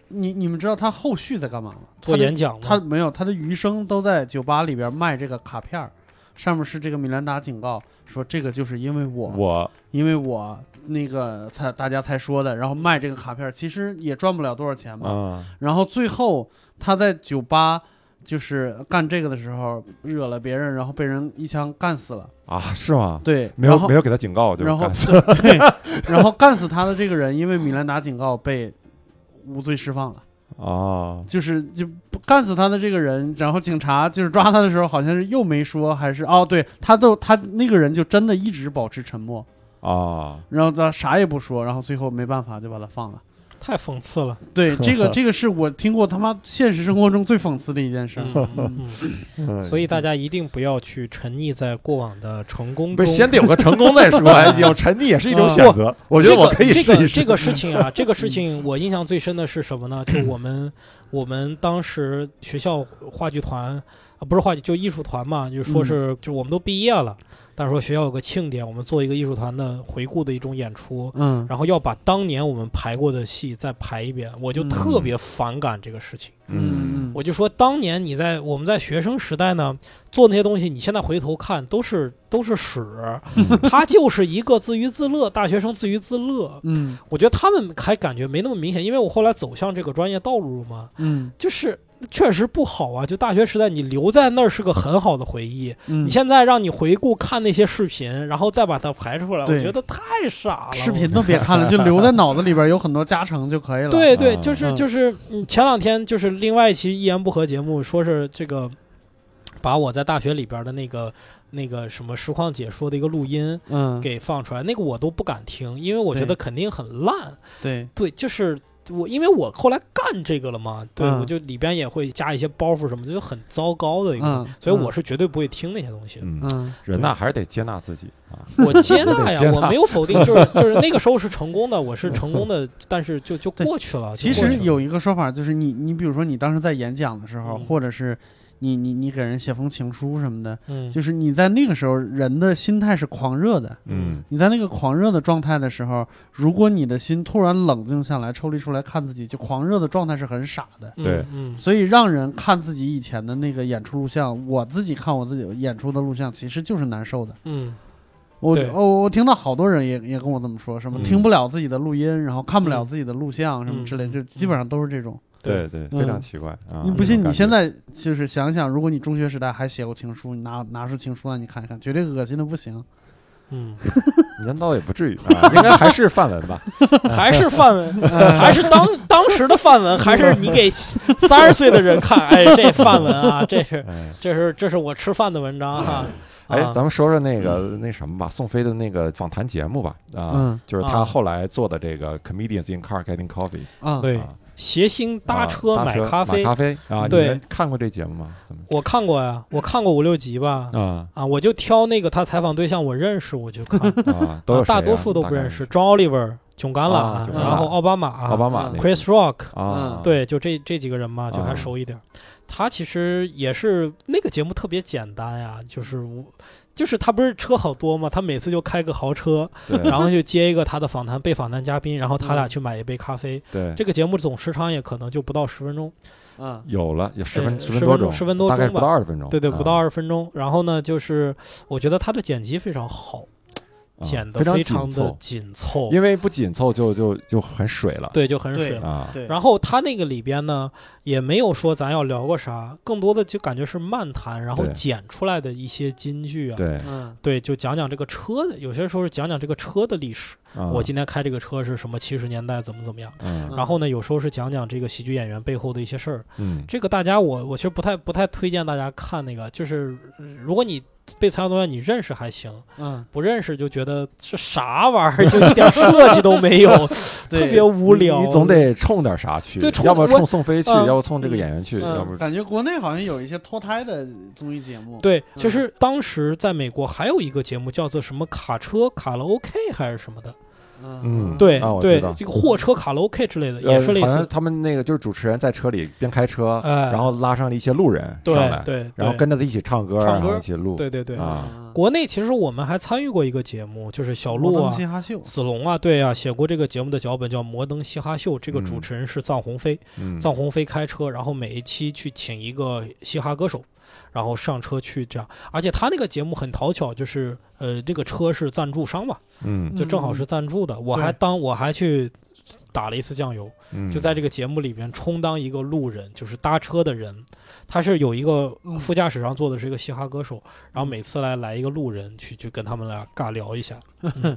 你你们知道他后续在干嘛吗？做他的演讲嘛他没有，他的余生都在酒吧里边卖这个卡片儿，上面是这个米兰达警告，说这个就是因为我，我因为我那个才大家才说的，然后卖这个卡片儿，其实也赚不了多少钱嘛。啊，然后最后他在酒吧就是干这个的时候惹了别人，然后被人一枪干死了。啊，是吗？对，没然有后没有给他警告，就是然后干死 对，然后干死他的这个人，因为米兰达警告被无罪释放了。啊，就是就不干死他的这个人，然后警察就是抓他的时候，好像是又没说，还是哦，对他都他那个人就真的一直保持沉默，啊，然后他啥也不说，然后最后没办法就把他放了。太讽刺了。对，这 个这个是我听过他妈现实生活中最讽刺的一件事儿。嗯 所以大家一定不要去沉溺在过往的成功不中是。先得有个成功再说，有沉溺也是一种选择。我觉这得个我可以这试一个试这个事情 啊，这个事情我印象最深的是什么呢？就我们我们当时学校话剧团啊，不是话剧就艺术团嘛，就说嗯是就我们都毕业了，但是说学校有个庆典，我们做一个艺术团的回顾的一种演出。嗯然后要把当年我们排过的戏再排一遍，我就嗯特别反感这个事情。嗯嗯，我就说，当年你在我们在学生时代呢做那些东西，你现在回头看都是都是 屎，他就是一个自娱自乐，大学生自娱自乐。嗯我觉得他们还感觉没那么明显，因为我后来走向这个专业道路了嘛，嗯就是确实不好啊。就大学时代你留在那儿是个很好的回忆，嗯，你现在让你回顾看那些视频，然后再把它排出来，我对觉得太傻了。 视频都别看了，就留在脑子里边，有很多加成就可以了。对对，嗯就是嗯就是，嗯前两天就是另外一期一言不合节目，说是这个把我在大学里边的那个那个什么实况解说的一个录音嗯，给放出来，那个我都不敢听，因为我觉得对肯定很烂。对，对，就是。我因为我后来干这个了嘛，对、嗯我就里边也会加一些包袱什么的，就很糟糕的一个，嗯，所以我是绝对不会听那些东西的。嗯，嗯人呐还是得接纳自己啊。我 接纳接呀，纳我没有否定，就是就是那个时候是成功的，我是成功的，但是就就嗯对过去了。就其过去实了有一个说法，就是你你比如说你当时在演讲的时候，嗯或者是你你你给人写封情书什么的，嗯就是你在那个时候人的心态是狂热的。嗯你在那个狂热的状态的时候，如果你的心突然冷静下来，抽离出来看自己，就狂热的状态是很傻的。嗯对嗯所以让人看自己以前的那个演出录像，我自己看我自己演出的录像，其实就是难受的。嗯，我对我我听到好多人也也跟我这么说，什么嗯听不了自己的录音，然后看不了嗯自己的录像，什么之类，嗯就基本上都是这种。对对，嗯非常奇怪啊！你不信？你现在在就是想想，如果你中学时代还写过情书，你拿拿出情书来你看一看，绝对恶心的不行。 嗯，人倒也不至于啊， 应该还是范文吧？还是范文，嗯还是当当时的范文，还是你给三十岁的人看，哎，这范文啊，这是哎这是这是我吃饭的文章哈、哎，啊咱们说说那个那什么吧，宋飞的那个访谈节目吧啊嗯，就是啊他后来做的这个 Comedians in Car Getting Coffees。啊，对啊谐星搭车啊买咖咖啡，咖啡啊！你对们看过这节目吗？怎么我看过呀，嗯我看过五六集吧。啊啊，我就挑那个他采访对象我认识我就看，啊？ 都有啊大谁多啊数都大不概认识。John Oliver、囧橄啊榄，囧橄榄然后奥巴马、奥巴马啊那个 Chris Rock，啊嗯，对，就这这几个人嘛，就还啊熟一点儿。他其实也是那个节目特别简单呀，就是我，就是他不是车好多嘛，他每次就开个豪车，对嗯然后就接一个他的访谈被访谈嘉宾，然后他俩去买一杯咖啡。对，这个节目总时长也可能就不到十分钟，嗯有了有十呃分十分分多钟钟，十分多大概钟不到吧二十分钟，对对，不到啊二十分钟。然后呢，就是我觉得他的剪辑非常好，啊剪得非非紧常的凑紧凑，因为不紧凑就就就很水了。对，就很水对了。啊，对，然后他那个里边呢，也没有说咱要聊个啥，更多的就感觉是漫谈，然后对剪出来的一些金句啊。对，嗯对就讲讲这个车的，有些时候是讲讲这个车的历史。啊我今天开这个车是什么七十年代怎么怎么样。嗯然后呢，有时候是讲讲这个喜剧演员背后的一些事儿。嗯这个大家我我其实不太不太推荐大家看那个，就是呃如果你被采访对象你认识还行，嗯，不认识就觉得是啥玩意儿，就一点设计都没 有，特别无你聊。你总得冲点啥去对，冲要不我冲宋飞去，嗯要不冲这个演员去，嗯要不感觉国内好像有一些脱胎的综艺节目。对，嗯就是当时在美国还有一个节目叫做什么卡车卡拉 OK 还是什么的，嗯，对、啊我知对道，这个货车卡拉 OK 之类的，呃也是类好像似，他们那个就是主持人在车里边开车，哎然后拉上了一些路人上对来，对，然后对跟着他一起唱歌，唱然后歌一起录，对对对。啊嗯国内其实我们还参与过一个节目，就是小鹿啊、嘻哈秀，子龙啊，对啊，写过这个节目的脚本叫《摩登嘻哈秀》，这个主嗯持人是臧鸿飞，嗯，臧鸿飞开车，然后每一期去请一个嘻哈歌手，然后上车去这样，而且他那个节目很讨巧，就是呃，这个车是赞助商嘛，嗯就正好是赞助的，我还对当我还去打了一次酱油，嗯，就在这个节目里边充当一个路人，就是搭车的人。他是有一个嗯副驾驶上坐的是一个嘻哈歌手，然后每次来来一个路人去去跟他们俩尬聊一下。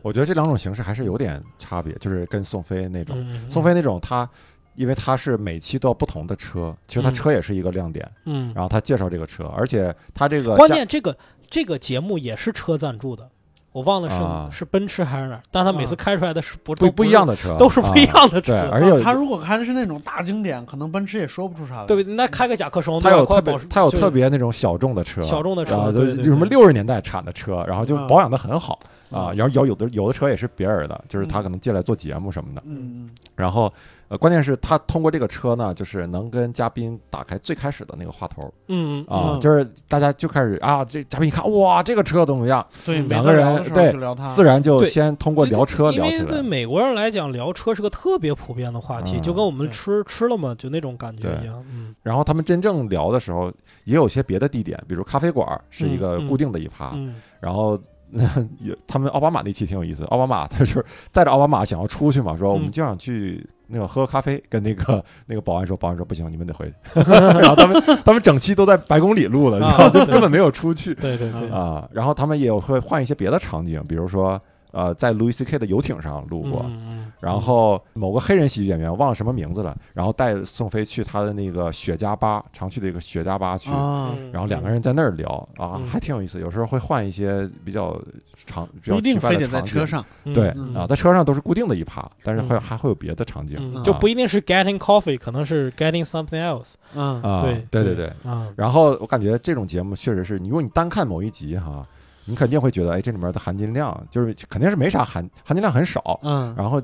我觉得这两种形式还是有点差别，就是跟宋飞那种，嗯，宋飞那种他。因为他是每期都要不同的车，其实他嗯车也是一个亮点。嗯，然后他介绍这个车，而且他这个关价键这个这个节目也是车赞助的，我忘了是、啊是奔驰还是哪儿，但他每次啊开出来的是不不都不一样，的车，都是不一啊。样的车。嗯对，而且有他如果开的是那种大经典，可能奔驰也说不出啥来。对不对？那开个甲壳虫，他有快特保别时，他有就特别那种小众的车，小众的然后车，就对是对什么对六十年代产的车，然后就嗯保养的很好啊。嗯然后有有的有的车也是别人的，就是他嗯可能借来做节目什么的。嗯，嗯然后呃，关键是他通过这个车呢，就是能跟嘉宾打开最开始的那个话头嗯嗯啊，嗯就是大家就开始啊，这嘉宾一看哇，这个车怎么样？对，嗯没两没个得聊人的对时候去聊他，自然就对先通过聊车聊起啊因为对来。美国人来讲，聊车是个特别普遍的话题，嗯就跟我们吃吃了嘛，就那种感觉一样。嗯然后他们真正聊的时候，也有些别的地点，比如咖啡馆儿是一个嗯嗯固定的一趴，嗯，然后。 也，他们奥巴马那期挺有意思。奥巴马他 就是载着奥巴马想要出去嘛，嗯说我们就想去那个喝个咖啡，跟那个 那个保安说，保安说不行，你们得回去。然后他们他们整期都在白宫里录了，然后啊呃就对根本没有出去对对对，啊。然后他们也有会换一些别的场景，比如说呃，在 Louis C K 的游艇上录过，嗯嗯然后某个黑人喜剧演员忘了什么名字了，然后带宋飞去他的那个雪茄吧，常去的一个雪茄吧去，啊，嗯然后两个人在那儿聊啊嗯，还挺有意思。有时候会换一些比较长、不比较一定奇怪非的得在场景车，上，嗯对嗯啊，在车上都是固定的一趴，但是会嗯还会有别的场景嗯啊就不一定是 getting coffee，可能是 getting something else 嗯啊，对对对对对。啊。然后我感觉这种节目确实是，你如果你单看某一集哈，你肯定会觉得，哎，这里面的含金量就是肯定是没啥含含金量很少，嗯然后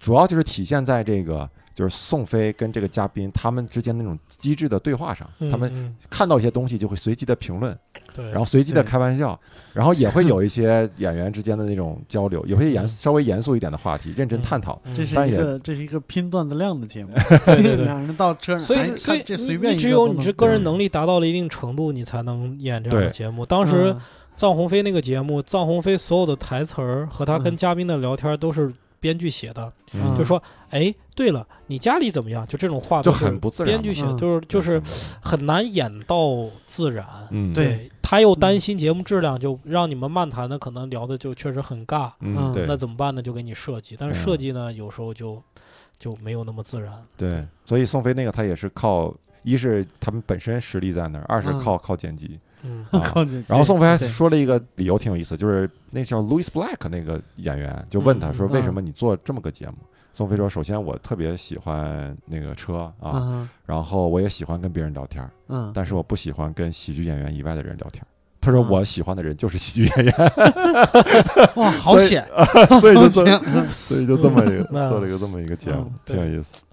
主要就是体现在这个就是宋飞跟这个嘉宾他们之间那种机智的对话上，嗯他们嗯看到一些东西就会随机的评论，对，然后随机的对开玩笑，然后也会有一些演员之间的那种交流，有些严嗯稍微严肃一点的话题，认真嗯探讨。嗯 这是但一也个这是一个拼段子量的节目，对对对。两人到车上，所哎以，所以看这你随便一你只个有都你能是个人嗯能力达到了一定程度，你才能演这样的对节目。当时嗯啊臧鸿飞那个节目，臧鸿飞所有的台词儿和他跟嗯嘉宾的聊天都是编剧写的，嗯就说：“哎，对了，你家里怎么样？”就这种话就都是很不自然编嘛剧写嗯就是就是很难演到自然。嗯，对他又担心节目质量，就让你们漫谈的可能聊的就确实很尬。嗯，对那怎么办呢？就给你设计，但是嗯设计呢，有时候就就没有那么自然。对，所以宋飞那个他也是靠，一是他们本身实力在那儿，二是嗯靠靠剪辑。嗯啊靠近然后宋飞还对说了一个理由挺有意思，就是那叫 Louis Black 那个演员就问他说嗯为什么你做这么个节目？宋飞说：“首先我特别喜欢那个车 啊，嗯然后我也喜欢跟别人聊天儿，嗯，但是我不喜欢跟喜剧演员以外的人聊天儿。”他说：“嗯我喜欢的人就是喜剧演 员，哇，好所以呃险，所以好 就做，险，所以就这么一个嗯做了一个这么一个节目嗯，挺有意思。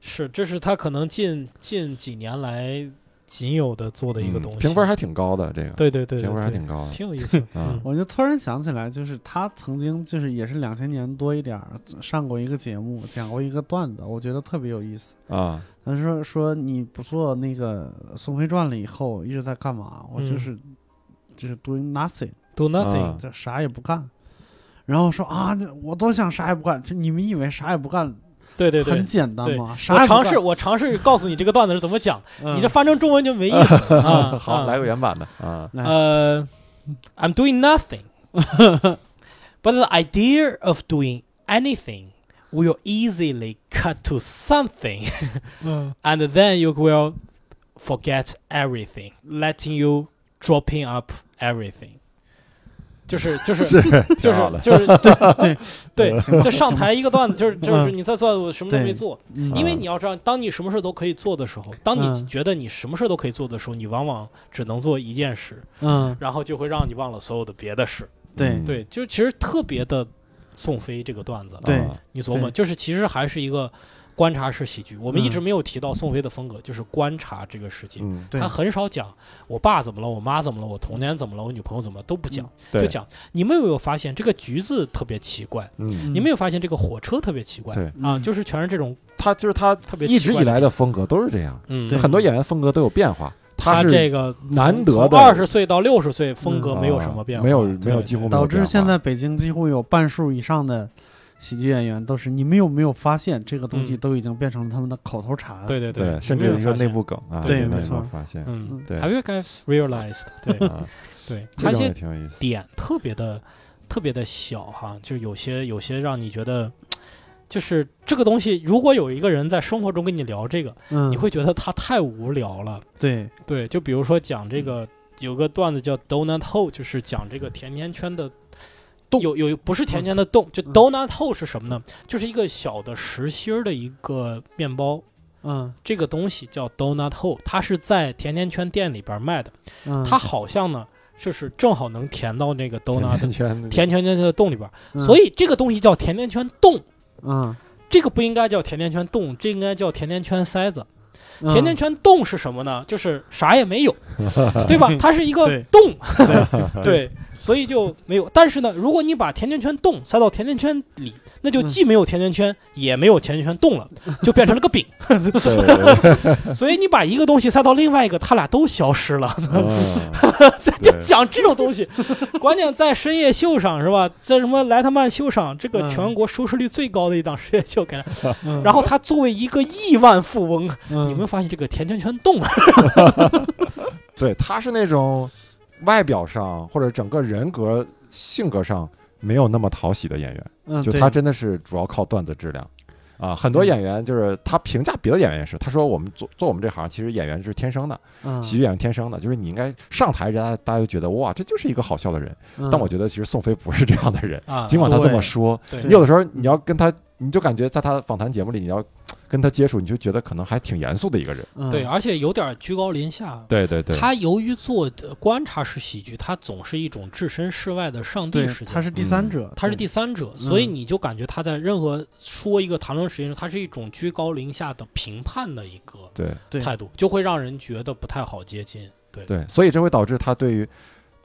是，这是他可能近近几年来仅有的做的一个嗯东西。评分还挺高的，这个对对对，对评分还对挺高的。。挺有意思嗯我就突然想起来，就是他曾经就是也是两千年多一点儿上过一个节目，讲过一个段子，我觉得特别有意思。啊，他说说你不做那个《宋飞传》了以后一直在干嘛？我嗯就是、就是 doing nothing， Do nothing，啊就啥也不干。然后说啊，这我都想啥也不干，就你们以为啥也不干对对很对。简单对吗？啥我也不尝干试，我尝试告诉你这个段子是怎么讲，嗯你这翻成中文就没意思了啊。嗯好，啊来个原版的啊，来呃，I'm doing nothing, but the idea of doing anything will easily cut to something, 嗯 and then you will forget everything, letting you dropping up everything。就是就是就挺是好的就是对对对行对，就上台一个段子，就是就是嗯你在做我什么都没做，嗯因为你要知道，当你什么事都可以做的时候，当你嗯觉得你什么事都可以做的时候，你往往只能做一件事，嗯然后就会让你忘了所有的别的事。对嗯对，就其实特别的宋飞这个段子了，对啊你琢磨，对就是其实还是一个观察式喜剧。我们一直嗯没有提到宋飞的风格，就是观察这个世界。嗯，对他很少讲我爸怎么了，我妈怎么了，我童年怎么了，我女朋友怎么了都不讲，嗯对就讲你们有没有发现这个橘子特别奇怪？嗯，你没有发现这个火车特别奇怪？对嗯啊，就是全是这种他就是他特别一直奇怪以来的风格都是这样，嗯，对很多演员风格都有变化，他是这个难得的二十岁到六十岁风格啊没有什么变化，没有对没有几乎没有导致变化现在北京几乎有半数以上的喜剧演员都是，你们有没有发现这个东西嗯都已经变成了他们的口头禅？，对对对，甚至有一个内，部梗啊，对你没们有没有错发现，嗯对，Have you guys realized？对啊，对，这他种也些挺有意思，点特别的特别的小哈，就是有些有些让你觉得。就是这个东西，如果有一个人在生活中跟你聊这个，嗯，你会觉得他太无聊了。对，对，就比如说讲嗯这个，有个段子叫 “donut hole”，就是讲这个甜甜圈的洞有有不是甜甜的洞，就嗯 donut hole 是什么呢？就是一个小的实心儿的一个面包，嗯这个东西叫 donut hole，它是在甜甜圈店里边卖的，嗯，它好像呢就是正好能填到那个 donut 甜圈的甜甜圈的洞里边儿，嗯所以这个东西叫甜甜圈洞，嗯这个不应该叫甜甜圈洞，这应该叫甜甜圈塞子。嗯甜甜圈洞是什么呢？就是啥也没有，对吧？它是一个对嗯洞， 对，所以就没有。但是呢，如果你把甜甜圈洞塞到甜甜圈里，那就既没有甜甜圈，也没有甜甜圈洞了，就变成了个饼。对，所以你把一个东西塞到另外一个，它俩都消失了。嗯这 就讲这种东 西，关键在深夜秀上是吧？这什么莱特曼秀上，这个嗯全国收视率最高的一档深夜秀，给他。嗯然后他作为一个亿万富翁，啊嗯你们发现这个甜甜圈动了？对，他是那种外表上或者整个人格性格上没有那么讨喜的演员，嗯就对他真的是主要靠段子质量。啊，很多嗯演员就是他评价别的演员也是，他说我们做做我们这行，其实演员是天生的，嗯喜剧演员天生的，就是你应该上台，大家大家就觉得哇，这就是一个好笑的人。嗯但我觉得其实宋飞不是这样的人，啊尽管他这么对说，对你有的时候你要跟他，你就感觉在他访谈节目里，你要跟他接触，你就觉得可能还挺严肃的一个人。嗯对，而且有点居高临下。对对对，他由于做呃观察式喜剧，他总是一种置身事外的上帝对视角他。是第三者，嗯他是第对三者，所以嗯你就感觉他在任何说一个谈论事情时，他是一种居高临下的评判的一个对对态度，就会让人觉得不太好接近。对，对，所以这会导致他对于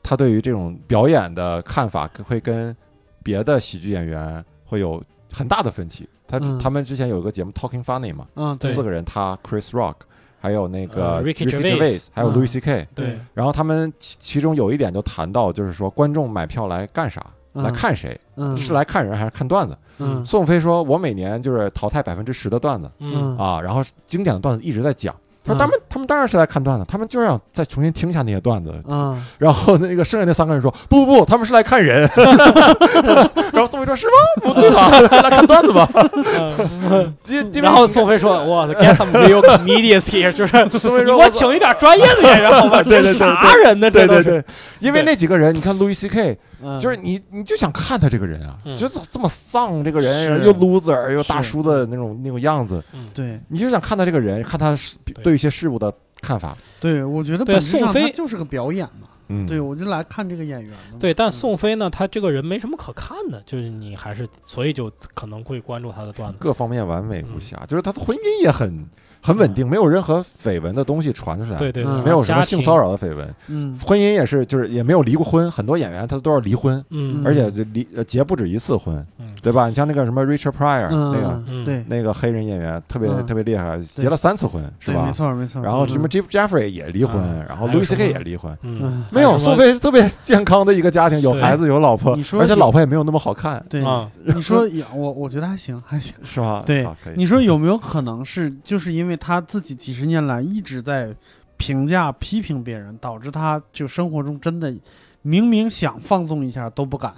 他对于这种表演的看法会跟别的喜剧演员会有很大的分歧。他、嗯他们之前有一个节目《Talking Funny》嘛，嗯对四个人，他 Chris Rock，还有那个呃，Ricky Gervais，, Gervais 还有嗯 Louis C.K.，、对然后他们其其中有一点就谈到，就是说观众买票来干啥？嗯来看谁？嗯是来看人还是看段子？嗯宋飞说：“我每年就是淘汰百分之十的段子嗯，啊，然后经典的段子一直在讲。他说嗯他们他们当然是来看段子，他们就是想再重新听一下那些段子。嗯然后那个剩下那三个人说：不不不，他们是来看人。 然后宋飞说：是吗？不对吧？ 来看段子吧。嗯 因因为然后宋飞说：“我 get some real comedians here，就是宋飞你给说：我请一点专业的演员好吗？对这对对啥人呢？对这都对是对，因为对那几个人，你看 Louis C.K. 嗯就是你，你就想看他这个人啊，嗯就这么丧这个人，是又 loser 又大是叔的那种那种样子，对你就想看他这个人，看他是对对一些事物的看法。对，我觉得对本质宋上飞他就是个表演嘛，嗯对我就来看这个演员的嘛，对，但嗯宋飞呢，他这个人没什么可看的，就是你还是所以就可能会关注他的段子。各方面完美无嗯瑕，就是他的婚姻也很很稳定，没有任何绯闻的东西传出来，对对，嗯对啊没有什么家庭性骚扰的绯闻，嗯婚姻也是就是也没有离过婚，很多演员他都要离婚，嗯，而且这离呃结不止一次婚嗯，对吧？你像那个什么 Richard Pryor 那个嗯嗯对那个黑人演员，特别嗯特别厉害，结了三次婚是对吧没？错没错，然后什么嗯 Jeff Jeffrey 也离婚嗯，然后还有 Louis 什 C.K. 么也离婚，嗯嗯没还有，有什么宋飞是特别 健康的一个家庭，有对孩子有老婆你，说而且有老婆也没有那么好看，对啊，嗯你说有我我觉得还行还行。是吧？啊对好，可以你说有没有可能是，就是因为他自己几十年来一直在评价、批评别人，导致他就生活中真的明明想放纵一下都不敢。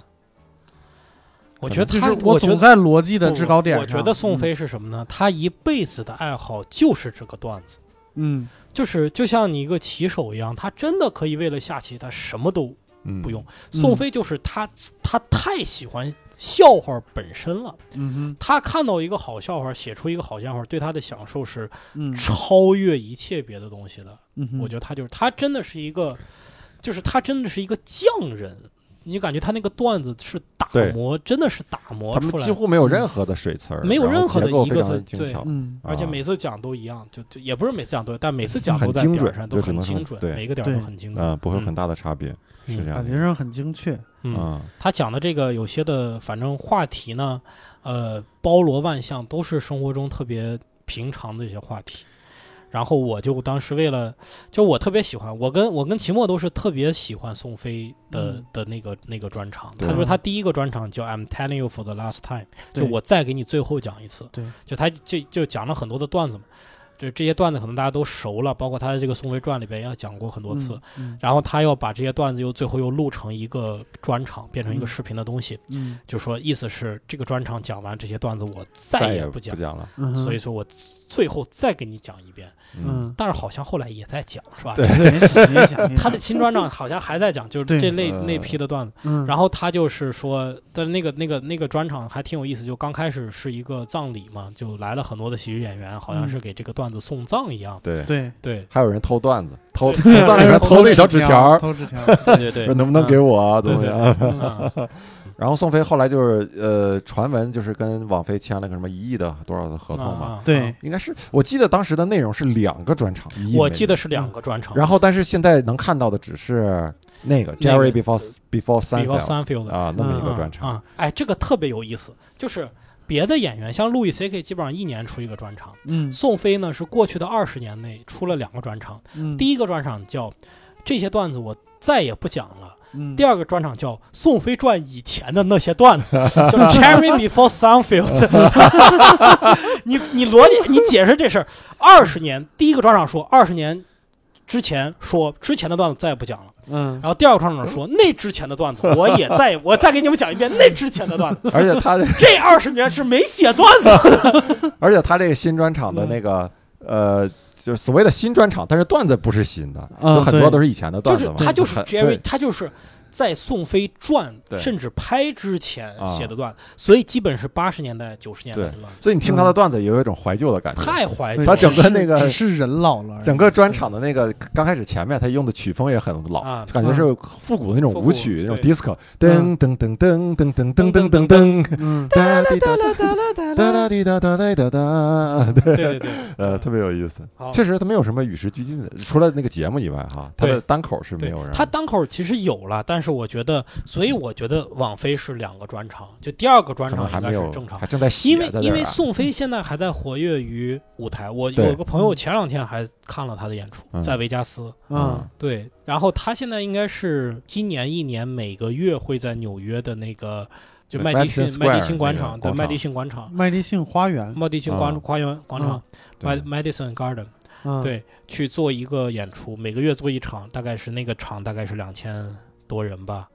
我觉得就他是，我觉总得在逻辑的不制高点我上嗯觉得嗯宋，飞是什么呢？他一辈子的爱好就是这个段子，嗯就是就像你一个棋手一样，他真的可以为了下棋，他什么都嗯不用。嗯宋飞就是他，他太喜欢笑话本身了。嗯他看到一个好笑话，写出一个好笑话，对他的享受是哼嗯超越一切别的东西的。嗯哼，我觉得他就是他真的是一个，就是他真的是一个匠人。你感觉他那个段子是打对磨，真的是打磨他们出来几的。乎没有任何的水词儿，没有然后任何的结构一非个常字精巧，嗯而且啊每次讲都一样，就就也不是每次讲都，但每次讲很都在精点儿准上，都就只很能精说准，对每一个点儿都对很精准。嗯，不会有嗯很大的差别，是这样感的觉上很精确，嗯，嗯他讲的这个有些的，反正话题呢，呃，包罗万象，都是生活中特别平常的一些话题。然后我就当时为了，就我特别喜欢，我跟我跟齐墨都是特别喜欢宋飞的、嗯的那个那个专场。对他说他第一个专场叫 "I'm telling you for the last time"，就啊对我再给你最后讲一次。对，就他就就讲了很多的段子嘛，就这些段子可能大家都熟了，包括他的这个《宋飞传》里边也讲过很多次。嗯，然后他要把这些段子又最后又录成一个专场，变成一个视频的东西，嗯就说意思是这个专场讲完这些段子，我再再也不讲，了，嗯，所以说我最后再给你讲一遍。嗯，嗯，但是好像后来也在讲，是吧？没想没想，嗯他的新专场好像还在讲，就是对这类呃那批的段子。嗯，然后他就是说，但那个那个那个专场还挺有意思，就刚开始是一个葬礼嘛，就来了很多的喜剧演员，好像嗯是给这个段子送葬一样。对，对，对还有人偷段子，偷对从 葬里面偷了一小纸条儿，偷纸条，对对对， 说能不能给我？我啊怎对么对样？对嗯然后宋飞后来就是呃，传闻就是跟网飞签了个什么一亿的多少的合同嘛，啊 对，应该是我记得当时的内容是两个专场，一亿我美记元得。是两个专场，然后，但是现在能看到的只是那个 Jerry Before Before 比方 Sunset Sunfield 啊，那么嗯一个专场。啊、哎，这个特别有意思，就是别的演员像路易 C K 基本上一年出一个专场，嗯宋飞呢是过去的二十年内出了两个专场，嗯，第一个专场叫这些段子我再也不讲了。嗯第二个专场叫《宋飞传》以前的那些段子，叫《Cherry Before Sunfield》你。你逻辑，你解释这事儿。二十年，第一个专场说二十年之前说之前的段子再也不讲了，嗯然后第二个专场 说那之前的段子我也再也 我再给你们讲一遍那之前的段子。 而且他这，这二十年是没写 段子的，而且他这个新专场的嗯那个呃，就是所谓的新专场，但是段子不是新的，嗯就很多都是以前的段啊 就子是嘛。他就是很 Jerry，他就是。在宋飞传对甚至拍之前啊写的段子，所以基本是八十年代、九十年代的段子，所以你听他的段子也有一种怀旧的感觉。太怀旧对了。他整个那个只是只是人老了而已，整个专场的那个刚开始前面，他用的曲风也很老，啊感觉是复古的那种复古舞曲，那种对 disco，噔嗯噔噔噔噔噔噔噔噔噔，嗯哒滴哒哒哒哒滴哒哒哒哒哒，对，对 对对，呃，特别有意思。好确实，他没有什么与时俱进的，除了那个节目以外，哈，他的对单口是没对有人。他单口其实有了，但是我觉得，所以我觉得网飞是两个专场，就第二个专可能场还应没该有是正，常还。正在写因为在这因儿为啊宋飞现在还在活跃于舞台，我对有个朋友前两天还看了他的演出，嗯在维加斯。嗯，对，然后他现在应该是今年一年每个月会在纽约的那个就麦迪逊 Madison 麦迪逊 Square 广那个场，对广场麦迪逊广场，麦迪逊花园，嗯麦迪逊嗯广花园广场对 Mad Madison Garden 嗯对去做一个演出，每个月做一场，大概是那个场大概是两千多人吧。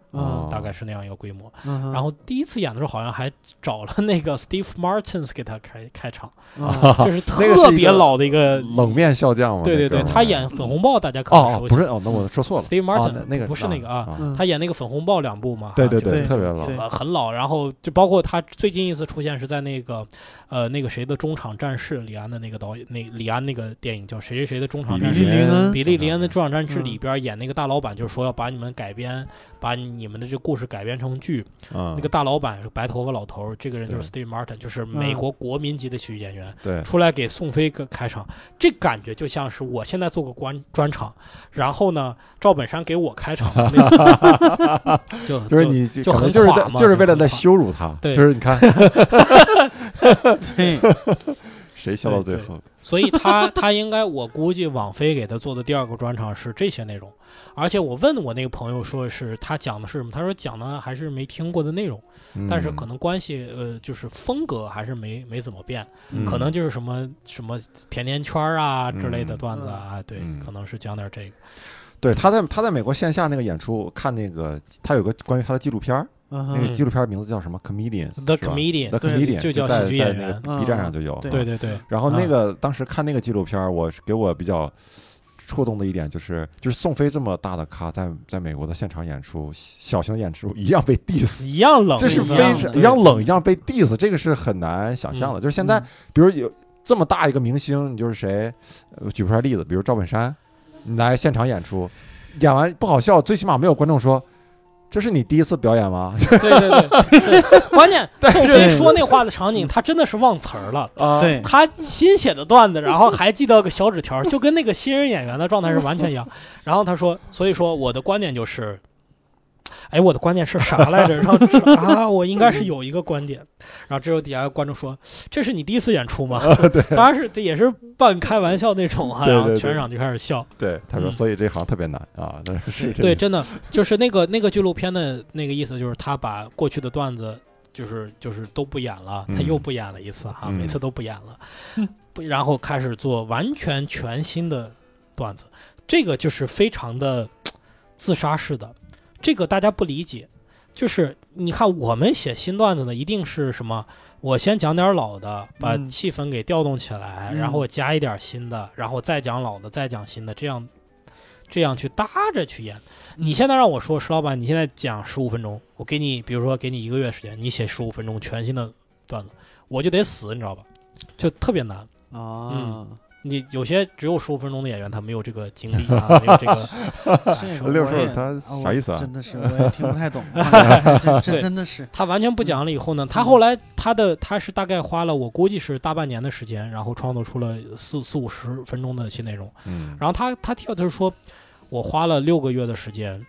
嗯哦大概是那样一个规模。嗯，然后第一次演的时候，好像还找了那个 Steve Martins 给他开开场， 啊就是那个是一个特别老的一个，冷面笑匠嘛，对对对，那哥们儿他演《粉红豹》，大家可能哦哦熟悉。不是哦，那我说错了 Steve 哦 Martin，、那那个不是那个啊，嗯他演那个《粉红豹》两部嘛，对好像对就对，对特别对老对，呃很老。然后就包括他最近一次出现是在那个，呃，那个谁的中场战士，李安的那个导演，那李安那个电影叫谁谁谁的中场战利士。林恩比利林恩的《中场战士》嗯里边演那个大老板，就是说要把你们改编，把你们的这故事改编成剧。嗯那个大老板是白头发老头儿，这个人就是 Steve Martin，就是美嗯国国民级的喜剧演员，对出来给宋飞个开场，这感觉就像是我现在做个专专场，然后呢，赵本山给我开场的那种， 就就是你就就可能很就是垮在嘛就是就为了很垮在羞辱他，对就是 你看对，谁笑到最对对后，所以他他应该，我估计网飞给他做的第二个专场是这些内容，而且我问我那个朋友说是他讲的是什么，他说讲的还是没听过的内容，嗯但是可能关系呃就是风格还是没没怎么变。能可能就是什么什么甜甜圈儿啊之类的嗯段子啊，对嗯，可能是讲点这个。对他在他在美国线下那个演出，看那个他有个关于他的纪录片儿，嗯那个哼纪录片儿名字叫什么？Comedians The 是吧 Comedian， The 对 Comedian 就叫在喜剧在演那个员 B 站上就有，嗯对对对，然后那嗯个、当时看那个纪录片儿，我是给我比较触动的一点就是，就是宋飞这么大的咖在在美国的现场演出，小型演出一样被 diss。一样冷，这是一非样嗯常冷一样冷一样被 diss，这个是很难想象的。就是现在，比如有这么大一个明星，你就是谁，呃举不出来例子，比如赵本山，你来现场演出，演完不好笑，最起码没有观众说这是你第一次表演吗？ 对对对对，关键但宋是嗯飞说那话的场景，他真的是忘词儿了。啊，对他新写的 段子，然后还记到个小纸条儿，就跟那个新人演员的状态是完全一 样。然后他说：“所以说我的观点就是，哎，我的观点是啥来 着？”然后就是啊，我应该是有一个观点。然后这时候底下观众说：“这是你第一次演出吗？”当然是这也是半开玩笑那种啊。啊对对然后对全场就开始笑。对，他说，嗯所以这行特别难啊，但 是是对，真的真的就是那个那个纪录片的那个意思，就是他把过去的段子，就是就是都不演了，他嗯又不演了一次哈，嗯每次都不演了嗯，不，然后开始做完全全新的段子，这个就是非常的自杀式的，这个大家不理解。就是你看，我们写新段子呢，一定是什么？我先讲点老的，把嗯气氛给调动起来，嗯然后我加一点新的，然后再讲老的，再讲新的，这样这样去搭着去演。你现在让我说，石老板，你现在讲十五分钟，我给你，比如说给你一个月时间，你写十五分钟全新的段子，我就得死，你知道吧？就特别难。啊嗯，你有些只有十五分钟的演员，他没有这个精力啊，没有这个 感这个受。六我兽也他啊我啥意思啊真的是我也听不太懂， 啊这这对真的是他完全不讲了以后呢，他后来他的他是大概花了我估计是大半年的时间，然后创作出了四四五十分钟的新内容。 嗯，然后他他跳就是说，我花了六个月的时间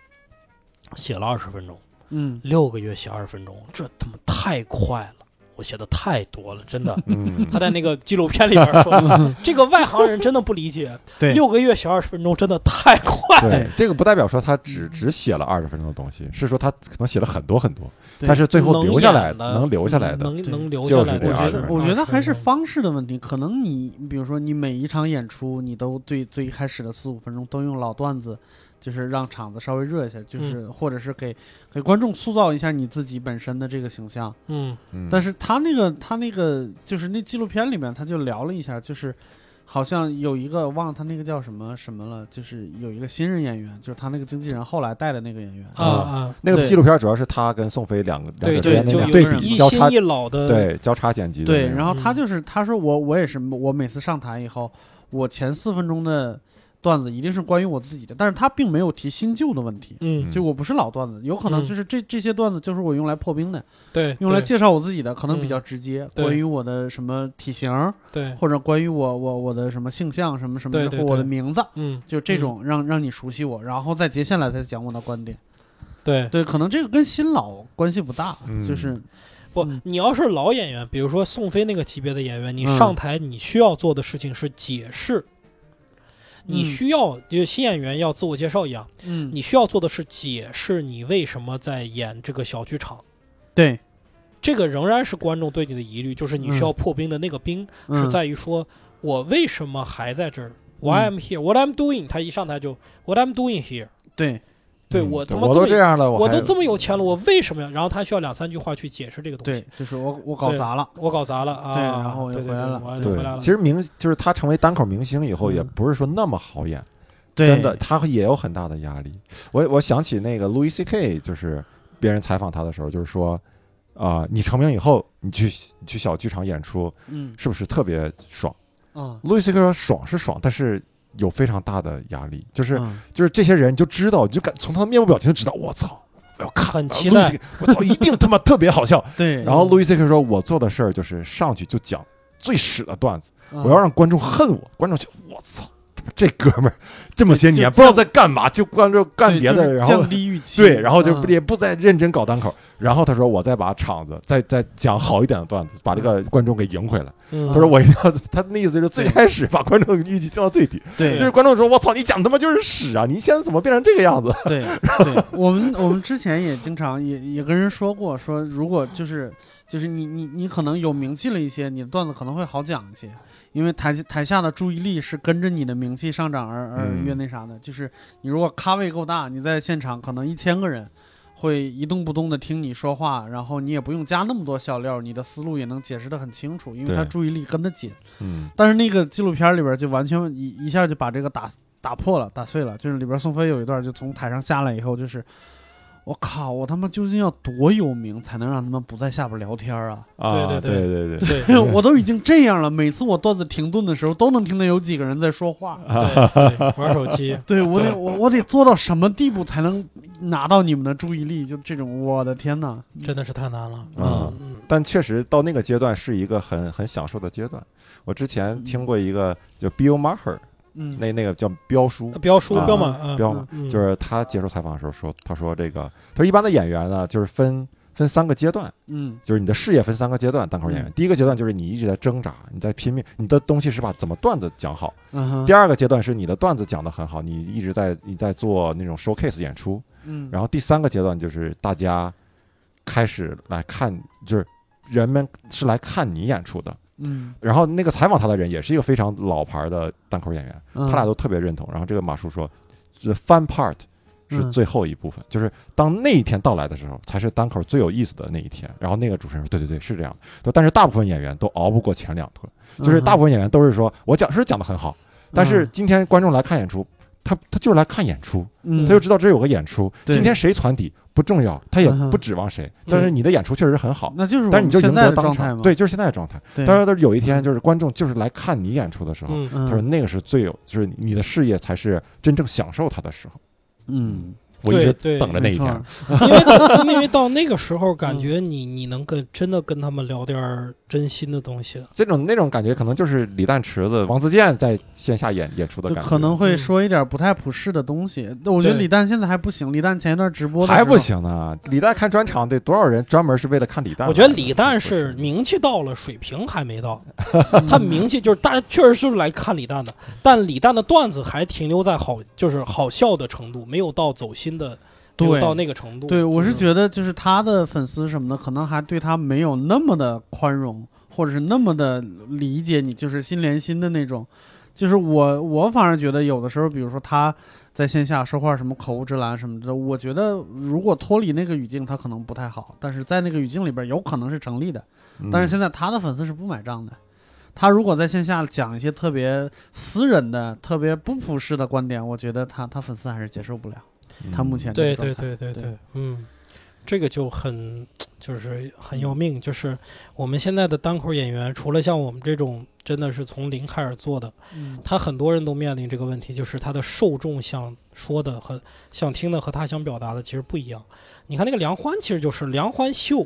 写了二十分钟，嗯六个月写二十分钟，这他妈太快了，我写的太多了，真的。 嗯，他在那个纪录片里边 说，这个外行人真的不理解，对六个月写二十分钟真的太快了。对对，这个不代表说他只只写了二十分钟的东西，是说他可能写了很多很多，对但是最后能留下演来的能留下来的，能对能留下就是来嗯这的我样觉是得，的我觉得还是20分钟方式的问题。可能你，比如说你每一场演出，你都最最一开始的四五分钟都用老段子，就是让场子稍微热一下，嗯就是、或者是给给观众塑造一下你自己本身的这个形象。嗯嗯但是他那个他那个就是那纪录片里面他就聊了一下，就是好像有一个忘了他那个叫什么什么了，就是有一个新人演员，就是他那个经纪人后来带的那个演员啊啊，那个对纪录片主要是他跟宋飞两个两对个之对，间就有那个对人比一交叉新一老的，对交叉剪辑的那对，种，然后他嗯就是他说我我也是我每次上台以后，我前四分钟的段子一定是关于我自己的，但是他并没有提新旧的问题，嗯就我不是老段子，有可能嗯就是这这些段子就是我用来破冰的，对，用来对介绍我自己的，可能嗯比较直接，对关于我的什么体型，对，或者关于我我我的什么性向什么什么对的，对或我的对名字。嗯就这种让让你熟悉我，然后再接下来再讲我的观点。对对，可能这个跟新老关系不大，嗯就是不嗯，你要是老演员，比如说宋飞那个级别的演员，你嗯上台你需要做的事情是解释。你嗯需要就新演员要自我介绍一样，嗯，你需要做的是解释你为什么在演这个小剧场，对这个仍然是观众对你的疑虑，就是你需要破冰的那个冰是嗯在于说我为什么还在这儿，Why I'm here, what I'm doing。他一上台就 What I'm doing here，对对嗯我他妈我这都么这样了，我还都这么有钱了，我为什么要？然后他需要两三句话去解释这个东对西，，就是我我搞对砸了。我搞砸了啊，对然后我又对回来对了我又对回来了。其实明就是他成为单口明星以后，嗯也不是说那么好演，对真的，他也有很大的压力。我我想起那个 Louis C K，就是别人采访他的时候，就是说，啊、你成名以后，你去你去小剧场演出，嗯是不是特别爽啊， ？Louis C K 说爽是爽，但是有非常大的压力，就是、嗯就是这些人你就知道，你就感从他的面部表情就知道，我操，我要看很期 Louis 待 CK 我操，一定他妈特 别好笑。对，然后 Louis C K 说，我做的事儿就是上去就讲最屎的段子。嗯我要让观众恨我，观众就我操，这哥们儿这么些对就年不知道在干嘛，就观众干对别就的，是然后降低预期，对，然后就嗯也不再认真搞单口。然后他说，我再把场子再再讲好一点的段子，把这个观众给赢回来。嗯他说我一定要，他那意思就是最开始把观众预期降到最低，对就是 观众说我操，你讲他妈就是屎啊！你现在怎么变成这个样子？对对，我们我们之前也经常也也跟人说过，说如果就是就是你你你可能有名气了一些，你的段子可能会好讲一些，因为台台下的注意力是跟着你的名气上涨而而嗯越那啥的。就是你如果咖位够大，你在现场可能一千个人。会一动不动的听你说话，然后你也不用加那么多笑料，你的思路也能解释的很清楚，因为他对注意力跟得紧。嗯但是那个纪录片里边就完全一一下就把这个打打破了、打碎了。就是里边宋飞有一段就从台上下来以后，就是我靠，我他妈究竟要多有名才能让他们不在下边聊天 啊？。啊，对对对对 对。对我都已经这样了，每次我段子停顿的时候，都能听到有几个人在说话。对对，玩手机，对我得我我得做到什么地步才能拿到你们的注意力？就这种，我的天哪！真的是太难了。嗯嗯但确实到那个阶段是一个很很享受的阶段。我之前听过一个叫 Bill Maher，嗯，呃那那个叫彪叔嗯，，标书啊标嘛，嗯彪嘛，嗯就是他接受采访的时候说，他说这个，他说一般的演员呢，就是分分三个阶段，嗯就是你的事业分三个阶段，单口演员，嗯第一个阶段就是你一直在挣扎，你在拼命，你的东西是把怎么段子讲好；嗯哼第二个阶段是你的段子讲得很好，你一直在你在做那种 showcase 演出；嗯，然后第三个阶段就是大家开始来看，就是人们是来看你演出的。嗯，然后那个采访他的人也是一个非常老牌的单口演员，他他俩都特别认同。然后这个马叔说，the fun part 嗯是最后一部分，就是当那一天到来的时候，才是单口最有意思的那一天。然后那个主持人说，对对对，是这样的。但是大部分演员都熬不过前两轮，嗯就是大部分演员都是说我讲是讲的很好，但是今天观众来看演出。他他就是来看演出，嗯他就知道这有个演出。对今天谁传底，不重要，他也嗯哼不指望谁，但是你的演出确实很好，那就是我但是们你就现赢在得的当状态场，嘛。对，就是现在的状态。对，但是到有一天，就是观众就是来看你演出的时候，嗯嗯他说那个是最有，就是你的事业才是真正享受它的时候。嗯，我一直对对等着那没一错天。儿，因为 因为到那个时候，嗯感觉你你能跟真的跟他们聊点儿真心的东西了，这种那种感觉可能就是李诞、池子、王自健在线下演演出的就感觉，可能会嗯说一点不太普世的东西。我觉得对李诞现在还不行，李诞前一段直播的还时不候，行呢。李诞看专场得多少人专门是为了看李诞来嗯的？我我觉得李诞是不名气到了，水平还没到。嗯他名气就是大家确实是来看李诞的，但李诞的段子还停留在好就是好笑的程度，没有到走心的，没有对到那个程度。对，我是得觉得就是他的粉丝什么的，可能还对他没有那么的宽容，或者是那么的理解你，就是心连心的那种。就是我，我反而觉得有的时候，比如说他在线下说话什么口无遮拦什么的，我觉得如果脱离那个语境，他可能不太好。但是在那个语境里边，有可能是成立的。嗯但是现在他的粉丝是不买账的。他如果在线下讲一些特别私人的、特别不普世的观点，我觉得他他粉丝还是接受不了。嗯他目前对这个对状态对对对对，嗯，这个就很就是很要命，就是我们现在的单口演员，除了像我们这种真的是从零开始做的，嗯他很多人都面临这个问题，就是他的受众想说的和想听的和他想表达的其实不一样。你看那个梁欢，其实就是梁欢秀，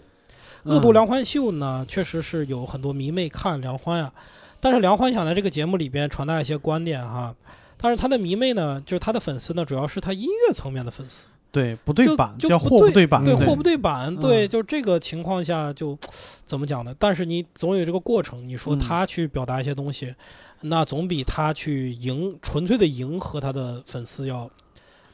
恶毒嗯梁欢秀呢，确实是有很多迷妹看梁欢啊，但是梁欢想在这个节目里边传达一些观点哈。但是他的迷妹呢，就是他的粉丝呢，主要是他音乐层面的粉丝，对，不对就版就叫不货不对嗯对版，对对货不对版，对，嗯就这个情况下就怎么讲呢？但是你总有这个过程，你说嗯他去表达一些东西，那总比他去迎纯粹的迎合他的粉丝要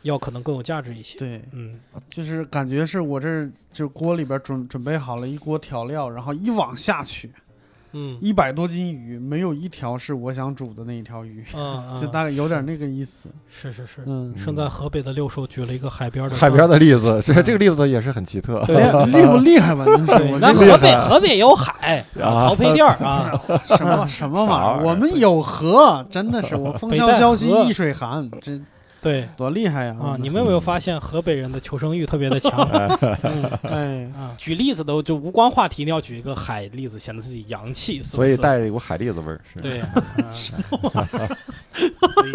要可能更有价值一些。对，嗯，就是感觉是我这儿就锅里边准准备好了一锅调料，然后一网下去， 嗯一百多斤鱼，没有一条是我想煮的那一条鱼，嗯，就嗯大概有点那个意思。是是是，嗯， 生在河北的六兽举了一个海边的 海边的，的例子，这这个例子也是很奇特。对 厉厉不厉害吧？真是 我那这可河厉北害河北有海，啊曹丕店儿啊，什么什么啥玩意儿？玩意儿我们有河，真的是我风北萧戴萧兮河易水寒，这对多厉害呀！啊，你们有没有发现河北人的求生欲特别的强？嗯哎，啊，举例子都就无关话题，你要举一个海例子，显得自己洋气，是不 所是以带着一股海蛎子味儿，是对， 啊所以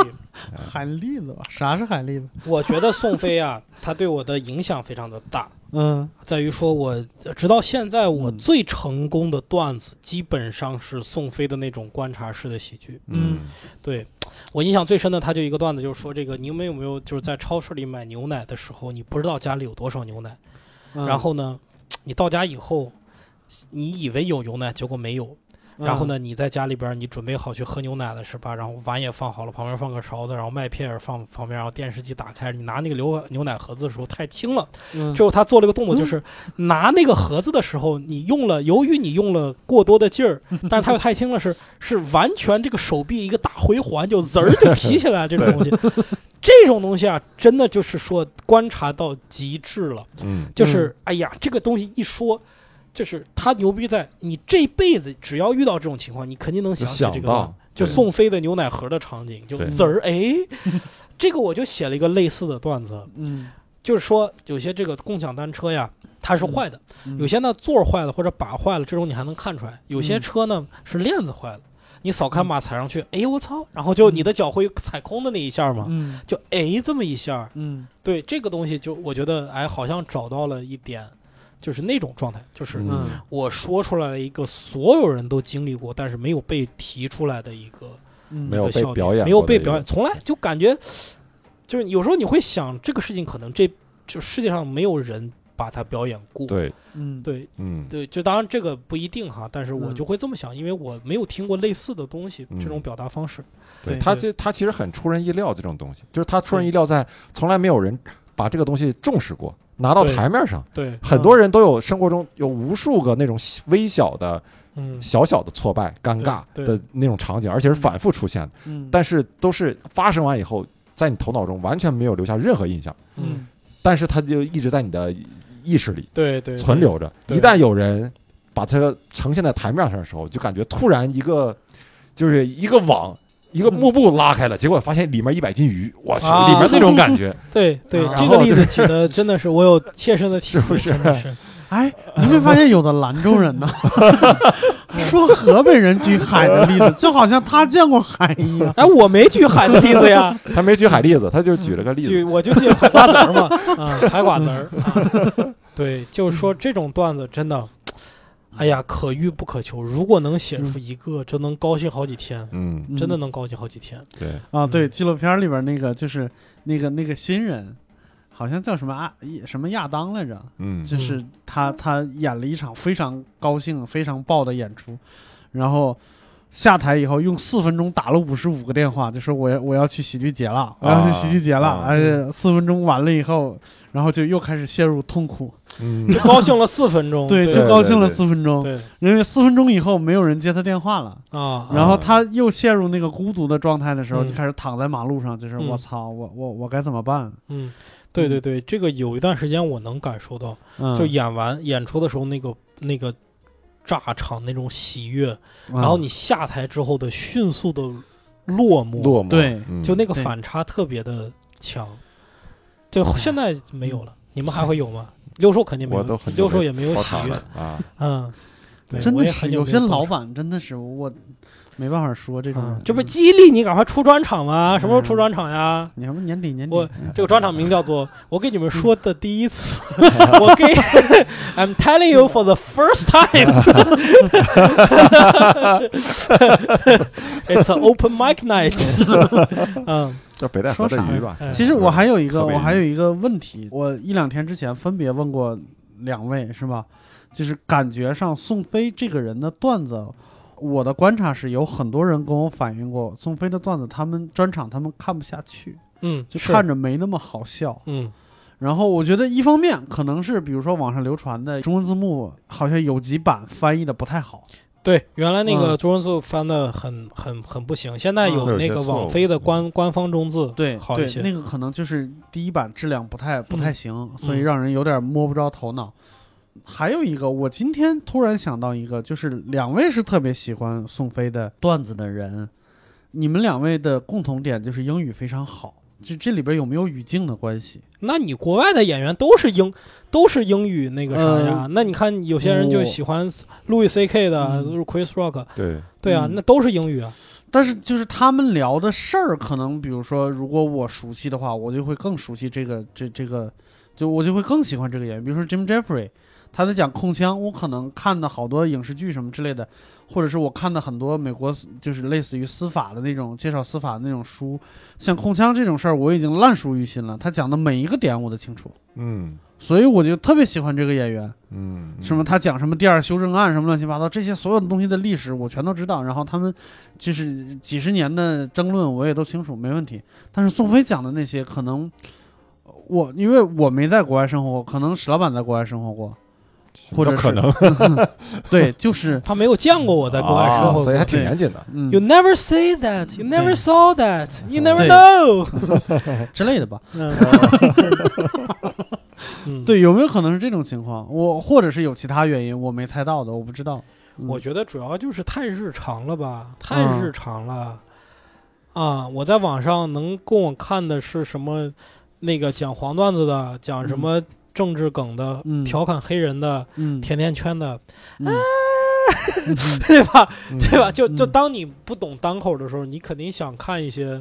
海蛎子吧？啥是海蛎子？我觉得宋飞啊，他对我的影响非常的大，嗯在于说我直到现在我嗯最成功的段子，基本上是宋飞的那种观察式的喜剧。嗯，对我印象最深的，他就一个段子，就是说这个你们有没有就是在超市里买牛奶的时候，你不知道家里有多少牛奶，嗯，然后呢，你到家以后，你以为有牛奶，结果没有，嗯然后？呢，你在家里边儿你准备好去喝牛奶了是吧？然后碗也放好了，旁边放个勺子，然后麦片儿放旁边，然后电视机打开，你拿那个牛牛奶盒子的时候太轻了。嗯之后他做了一个动作，就是拿那个盒子的时候，你用了，由于你用了过多的劲 儿，但是他又太轻了，是是完全这个手臂一个大回环就滋儿就提起来了这种东西。这种东西啊，真的就是说观察到极致了。嗯，就是哎呀，这个东西一说，就是他牛逼在你这辈子只要遇到这种情况，你肯定能就想起这想个到吧。就对宋飞的牛奶盒的场景，就对滋儿哎， 这个我就写了一个类似的段子，嗯，就是说有些这个共享单车呀，它是坏的，嗯有些呢座儿坏了或者把坏了，这种你还能看出来；有些嗯车呢是链子坏了，你扫开码踩上去，哎呦我操，然后就你的脚会踩空的那一下嘛，嗯就哎这么一下，嗯对这个东西，就我觉得，哎，好像找到了一点，就是那种状态，就是嗯嗯。我说出来了一个所有人都经历过，但是没有被提出来的一个嗯没有一个被笑点表演没有过的被一表演，个从来就感觉，就是有时候你会想，这个事情可能这就世界上没有人把它表演过，对，嗯，对嗯，对，就当然这个不一定哈，但是我嗯就会这么想，因为我没有听过类似的东西，这种嗯表达方式，对他对其他其实很出人意料，这种东西就是他出人意料，在从来没有人把这个东西重视过，拿到对嗯台面上。对，很多人都有生活中有无数个那种细微小的、嗯，小小的挫败、尴尬对对的那种场景，而且是反复出现的，嗯，但是都是发生完以后，在你头脑中完全没有留下任何印象，嗯，但是它就一直在你的意识里对对，存留着。对一旦有人把它呈现在台面上的时候，就感觉突然一个就是一个网一个幕布拉开了，结果发现里面一百斤鱼，我去，啊里面那 种感觉，对对啊，这然个后例就子举的真的是我有切身的体是不会，是真的是哎，你没发现有的兰 州人呢，说河北人举海的 例子，就好像他见过海一样。哎，我没举海的例子呀，他没举海蛎子，他就举了个例举子，我就记海瓜子儿嘛，啊，海瓜子儿。啊 对，就是说这种段子真的，哎呀，可遇不可求。如果能写出一个，真能高兴好几天，嗯，嗯真的嗯能高兴好几天。对，啊，对，纪录片里边那个就是那个那个新人，好像叫什么啊什么亚当来着，嗯，就是他他演了一场非常高兴、非常爆的演出，然后下台以后用四分钟打了五十五个电话，就说我要我要去喜剧节了，我要去喜剧节了，啊而且四分钟完了以后，然后就又开始陷入痛苦，嗯就高兴了四分钟， 对，哦对，就高兴了对对四分钟，对因为四分钟以后没有人接他电话了。啊，然后他又陷入那个孤独的状态的时候，嗯就开始躺在马路上，就是嗯我操，我我我该怎么办？嗯，对对对，这个有一段时间我能感受到，嗯就演完演出的时候那个那个炸场那种喜悦，然然后你下台之后的迅速的落寞，落寞，对嗯就那个对哎反差特别的强。就呀嗯现在没有了，你们还会有吗？六兽肯定没我都有很，久六兽没也没有跑喜场悦了， 啊，嗯，对真我的也是很有久些没有老动手板真的是我没办法说这种啊人，，这不是激励你赶快出专场吗？什么时候出嗯专场呀？你还不年底年底我这个专场名叫做《我给你们说的第一 次》，我给 I'm telling you for the first time 。It's an open mic night 。嗯叫北戴河的鱼吧说啥，哎其实我还有一个，特别我还有嗯一个问题，我一两天之前分别问过两位，是吧？就是感觉上宋飞这个人的段子，我的观察是有很多人跟我反映过，宋飞的段子他们专场他们看不下去，嗯，就是看着没那么好笑。嗯然后我觉得一方面可能是比如说网上流传的中文字幕好像有几版翻译的不太好，对，原来那个嗯中文字翻的很很很不行，现在嗯有有那些个错网误飞的官官方中字，对，好对一些。那个可能就是第一版质量不太不太嗯行，所以让人有点摸不着头脑。还有一个，我今天突然想到一个，就是两位是特别喜欢宋飞的段子的人，你们两位的共同点就是英语非常好，就这里边有没有语境的关系？那你国外的演员都是英都是英语那个嗯啥呀？那你看有些人就我喜欢 Louis C K 的、哦嗯就是 Chris Rock，对，对啊，嗯那都是英语啊。但是就是他们聊的事儿，可能比如说，如果我熟悉的话，我就会更熟悉这个这这个，就我就会更喜欢这个演员。比如说 Jim Jeffrey，他在讲控枪，我可能看的好多影视剧什么之类的，或者是我看的很多美国就是类似于司法的那种介绍司法的那种书，像控枪这种事儿，我已经烂熟于心了。他讲的每一个点我都清楚，嗯所以我就特别喜欢这个演员。嗯，嗯什么他讲什么第二修正案什么乱七八糟这些所有的东西的历史我全都知道，然后他们就是几十年的争论我也都清楚，没问题。但是宋飞讲的那些可能。我因为我没在国外生活过，可能史老板在国外生活过，或者是嗯可能对，就是他没有见过我在国外生活啊所过。以还挺严谨的， 嗯 You never say that, you never 对 saw that, you 对 never know 之类的吧。嗯。嗯，对，有没有可能是这种情况？我或者是有其他原因我没猜到的，我不知道。嗯我觉得主要就是太日常了吧，太嗯日常了。啊，我在网上能供我看的是什么？那个讲黄段子的，讲什么政治梗的，嗯调侃黑人的，嗯，甜甜圈的，嗯啊 对吧？ 对吧？就就嗯当你不懂单口的时候，你肯定想看一些，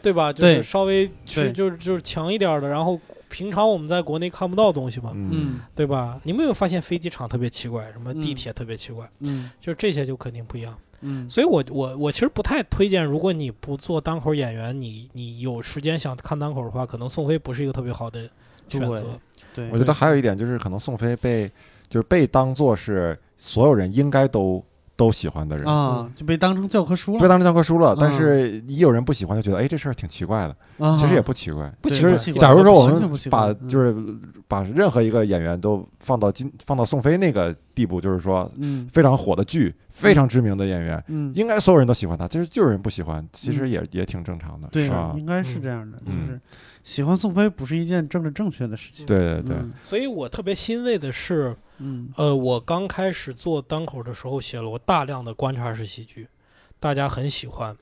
对吧？就对是稍微对去就是就是强一点儿的，然后平常我们在国内看不到的东西嘛，嗯对吧？你们有没有发现飞机场特别奇怪，什么地嗯铁特别奇怪，嗯就是这些就肯定不一样。嗯所以我我我其实不太推荐，如果你不做单口演员，你你有时间想看单口的话，可能宋飞不是一个特别好的选择。对我觉得还有一点就是，可能宋飞被就是被当做是所有人应该都都喜欢的人，啊，就被当成教科书被了。当成教科书了。但嗯是一有人不喜欢，就觉得哎，这事儿挺奇怪的。啊其实也不奇怪，不对其奇怪实不假如说我完全不们奇怪把嗯就是把任何一个演员都放到今放到宋飞那个地步，就是说嗯非常火的剧，非常知名的演员，嗯，应该所有人都喜欢他。就是就有人不喜欢，其实也也挺正常的，对是吧？应该是嗯这样的，就嗯是喜欢宋飞不是一件政治正确的事情。对对对，所以我特别欣慰的是，嗯，呃，我刚开始做单口的时候，写了我大量的观察式喜剧，大家很喜欢。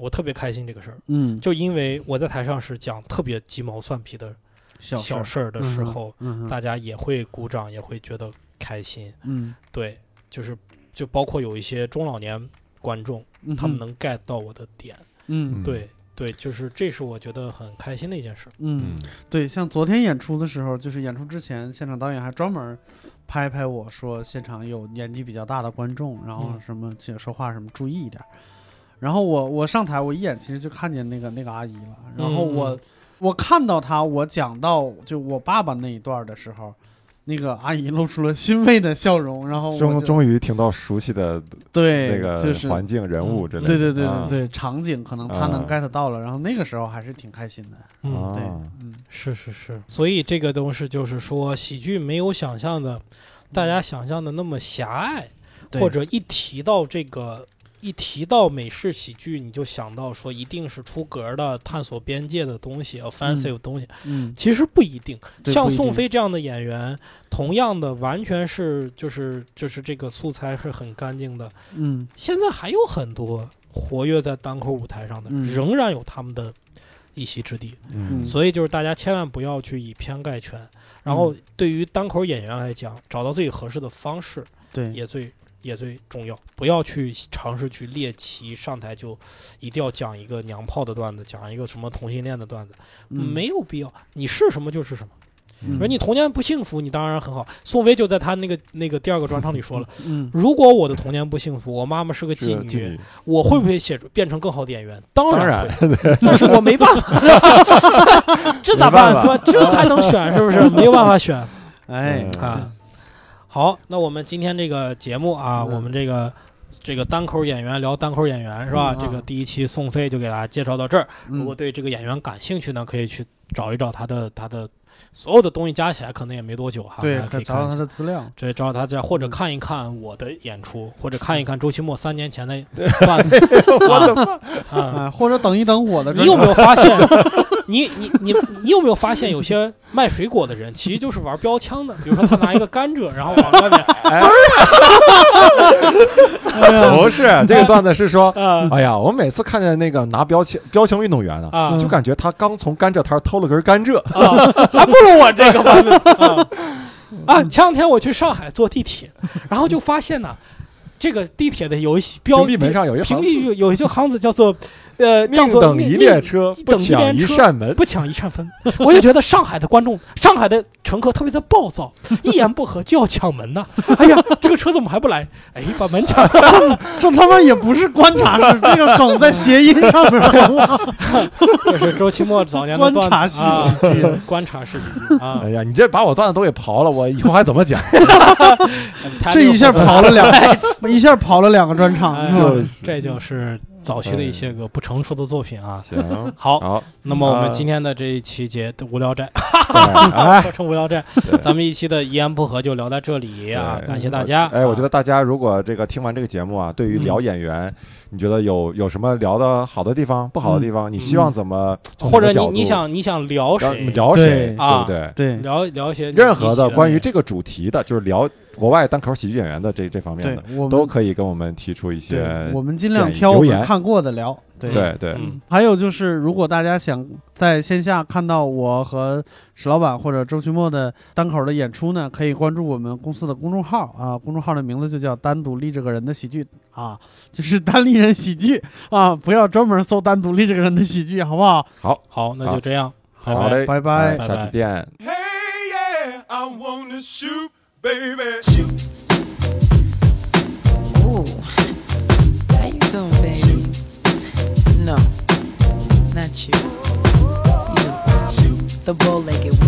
我特别开心这个事儿，嗯，就因为我在台上是讲特别鸡毛蒜皮的小小事事儿的时候，，嗯哼大家也会鼓掌，也会觉得开心。嗯对，就是就包括有一些中老年观众，哼，他们能 get 到我的点。嗯，嗯对对，就是这是我觉得很开心的一件事。嗯，嗯对，像昨天演出的时候，就是演出之前，现场导演还专门拍拍我说，现场有年纪比较大的观众，然后嗯什么请说话什么注意一点儿。然后我我上台，我一眼其实就看见那个那个阿姨了。然后我、嗯嗯我看到她，我讲到就我爸爸那一段儿的时候，那个阿姨露出了欣慰的笑容。然后哦我终就终于听到熟悉的对那个就是环境、人物之类的。对对对啊对对、场景，可能她能啊 get 到了。然后那个时候还是挺开心的。嗯，对啊，嗯是是是。所以这个东西就是说，喜剧没有想象的，大家想象的那么狭隘，对或者一提到这个。一提到美式喜剧，你就想到说一定是出格的、探索边界的东西、offensive 的东西，嗯，其实不一定。对像不一宋定飞这样的演员，同样的完全是就是就是这个素材是很干净的。嗯。现在还有很多活跃在单口舞台上的，嗯仍然有他们的一席之地。嗯所以就是大家千万不要去以偏概全。然后嗯对于单口演员来讲，找到自己合适的方式对，也最也最重要。不要去尝试去猎奇，上台就一定要讲一个娘炮的段子，讲一个什么同性恋的段子，嗯没有必要。你是什么就是什么。嗯而你童年不幸福，你当然很好。宋威就在他那个那个第二个专场里说了，嗯，如果我的童年不幸福，我妈妈是个是妓妓女，女，我会不会写出变成更好的演员？当当然然会，但是我没办法，这咋办？没办对吧？这还能选是不是？没有办法选哎，嗯啊。好，那我们今天这个节目啊，嗯我们这个。这个单口演员聊单口演员是吧？嗯啊这个第一期宋飞就给大家介绍到这儿。嗯如果对这个演员感兴趣呢，可以去找一找他的他的所有的东西加起来，可能也没多久哈。对，大家可可以找到看一他下。的资料，这找他这，或者嗯看一看我的演出，或者看一看周奇墨三年前的段 子。我啊！啊，或者等一等我的专你辑，有没有发现？你你你你有没有发现，有些卖水果的人其实就是玩标枪的？比如说他拿一个甘蔗，然后往外面哎 哎呃不是这个段子是说， 啊哎呀，我每次看见那个拿标枪标枪运动员呢，啊就感觉他刚从甘蔗摊偷了根甘蔗。 啊，还不如我这个玩的啊！ 啊，前两天我去上海坐地铁，然后就发现呢，这个地铁的有一些标屏蔽门上有一屏行，蔽有有一句行字叫做呃，叫宁做等一列车，宁不等一抢列一车扇门。不抢一扇风，我就觉得上海的观众，上海的乘客特别的暴躁，一言不合就要抢门呐、哎呀，这个车怎么还不来？哎，把门抢 了。 这他妈也不是观察室，这个梗在谐音上面儿这是周奇墨早年的段子观察式喜剧啊观察式喜剧啊哎，呀，你这把我段子都给刨了，我以后还怎 么讲？这一下刨了两哎，一下跑了两个专场，哎是吧这就是早期的一些个不成熟的作品啊。行，好， 好，呃那么我们今天的这一期节《无聊斋》 哎，说成《无聊斋》，对咱们一期的一言不合就聊到这里啊，对感谢大家。啊嗯哎，我觉得得大家如果这个听完这个节目啊，对于聊演员，你觉得有有什么聊的好的地方，不好的地方？你希望怎么嗯从啊或什者么角你你度想你想聊聊谁？聊谁，对对啊不对？对聊聊一些任何的关于这。这个主题的，就是聊国外单口喜剧演员的这这方面对的，，我都们可以跟我们提出一些对，我们尽量建议挑我留们言看过的聊，对对对嗯还有就是，如果大家想在线下看到我和史老板或者周奇墨的单口的演出呢，可以关注我们公司的公众号啊，公众号的名字就叫“单独立这个人的喜剧”啊，就是单立人喜剧啊，不要专门搜“单独立这个人的喜剧”，好不好？好，那就这样，拜拜。好嘞，拜拜哎下拜拜期见。 Hey, yeah, I wanna shoot, baby, shoot, Ooh, how you doing, baby? No, not you. You, the bow-legged one.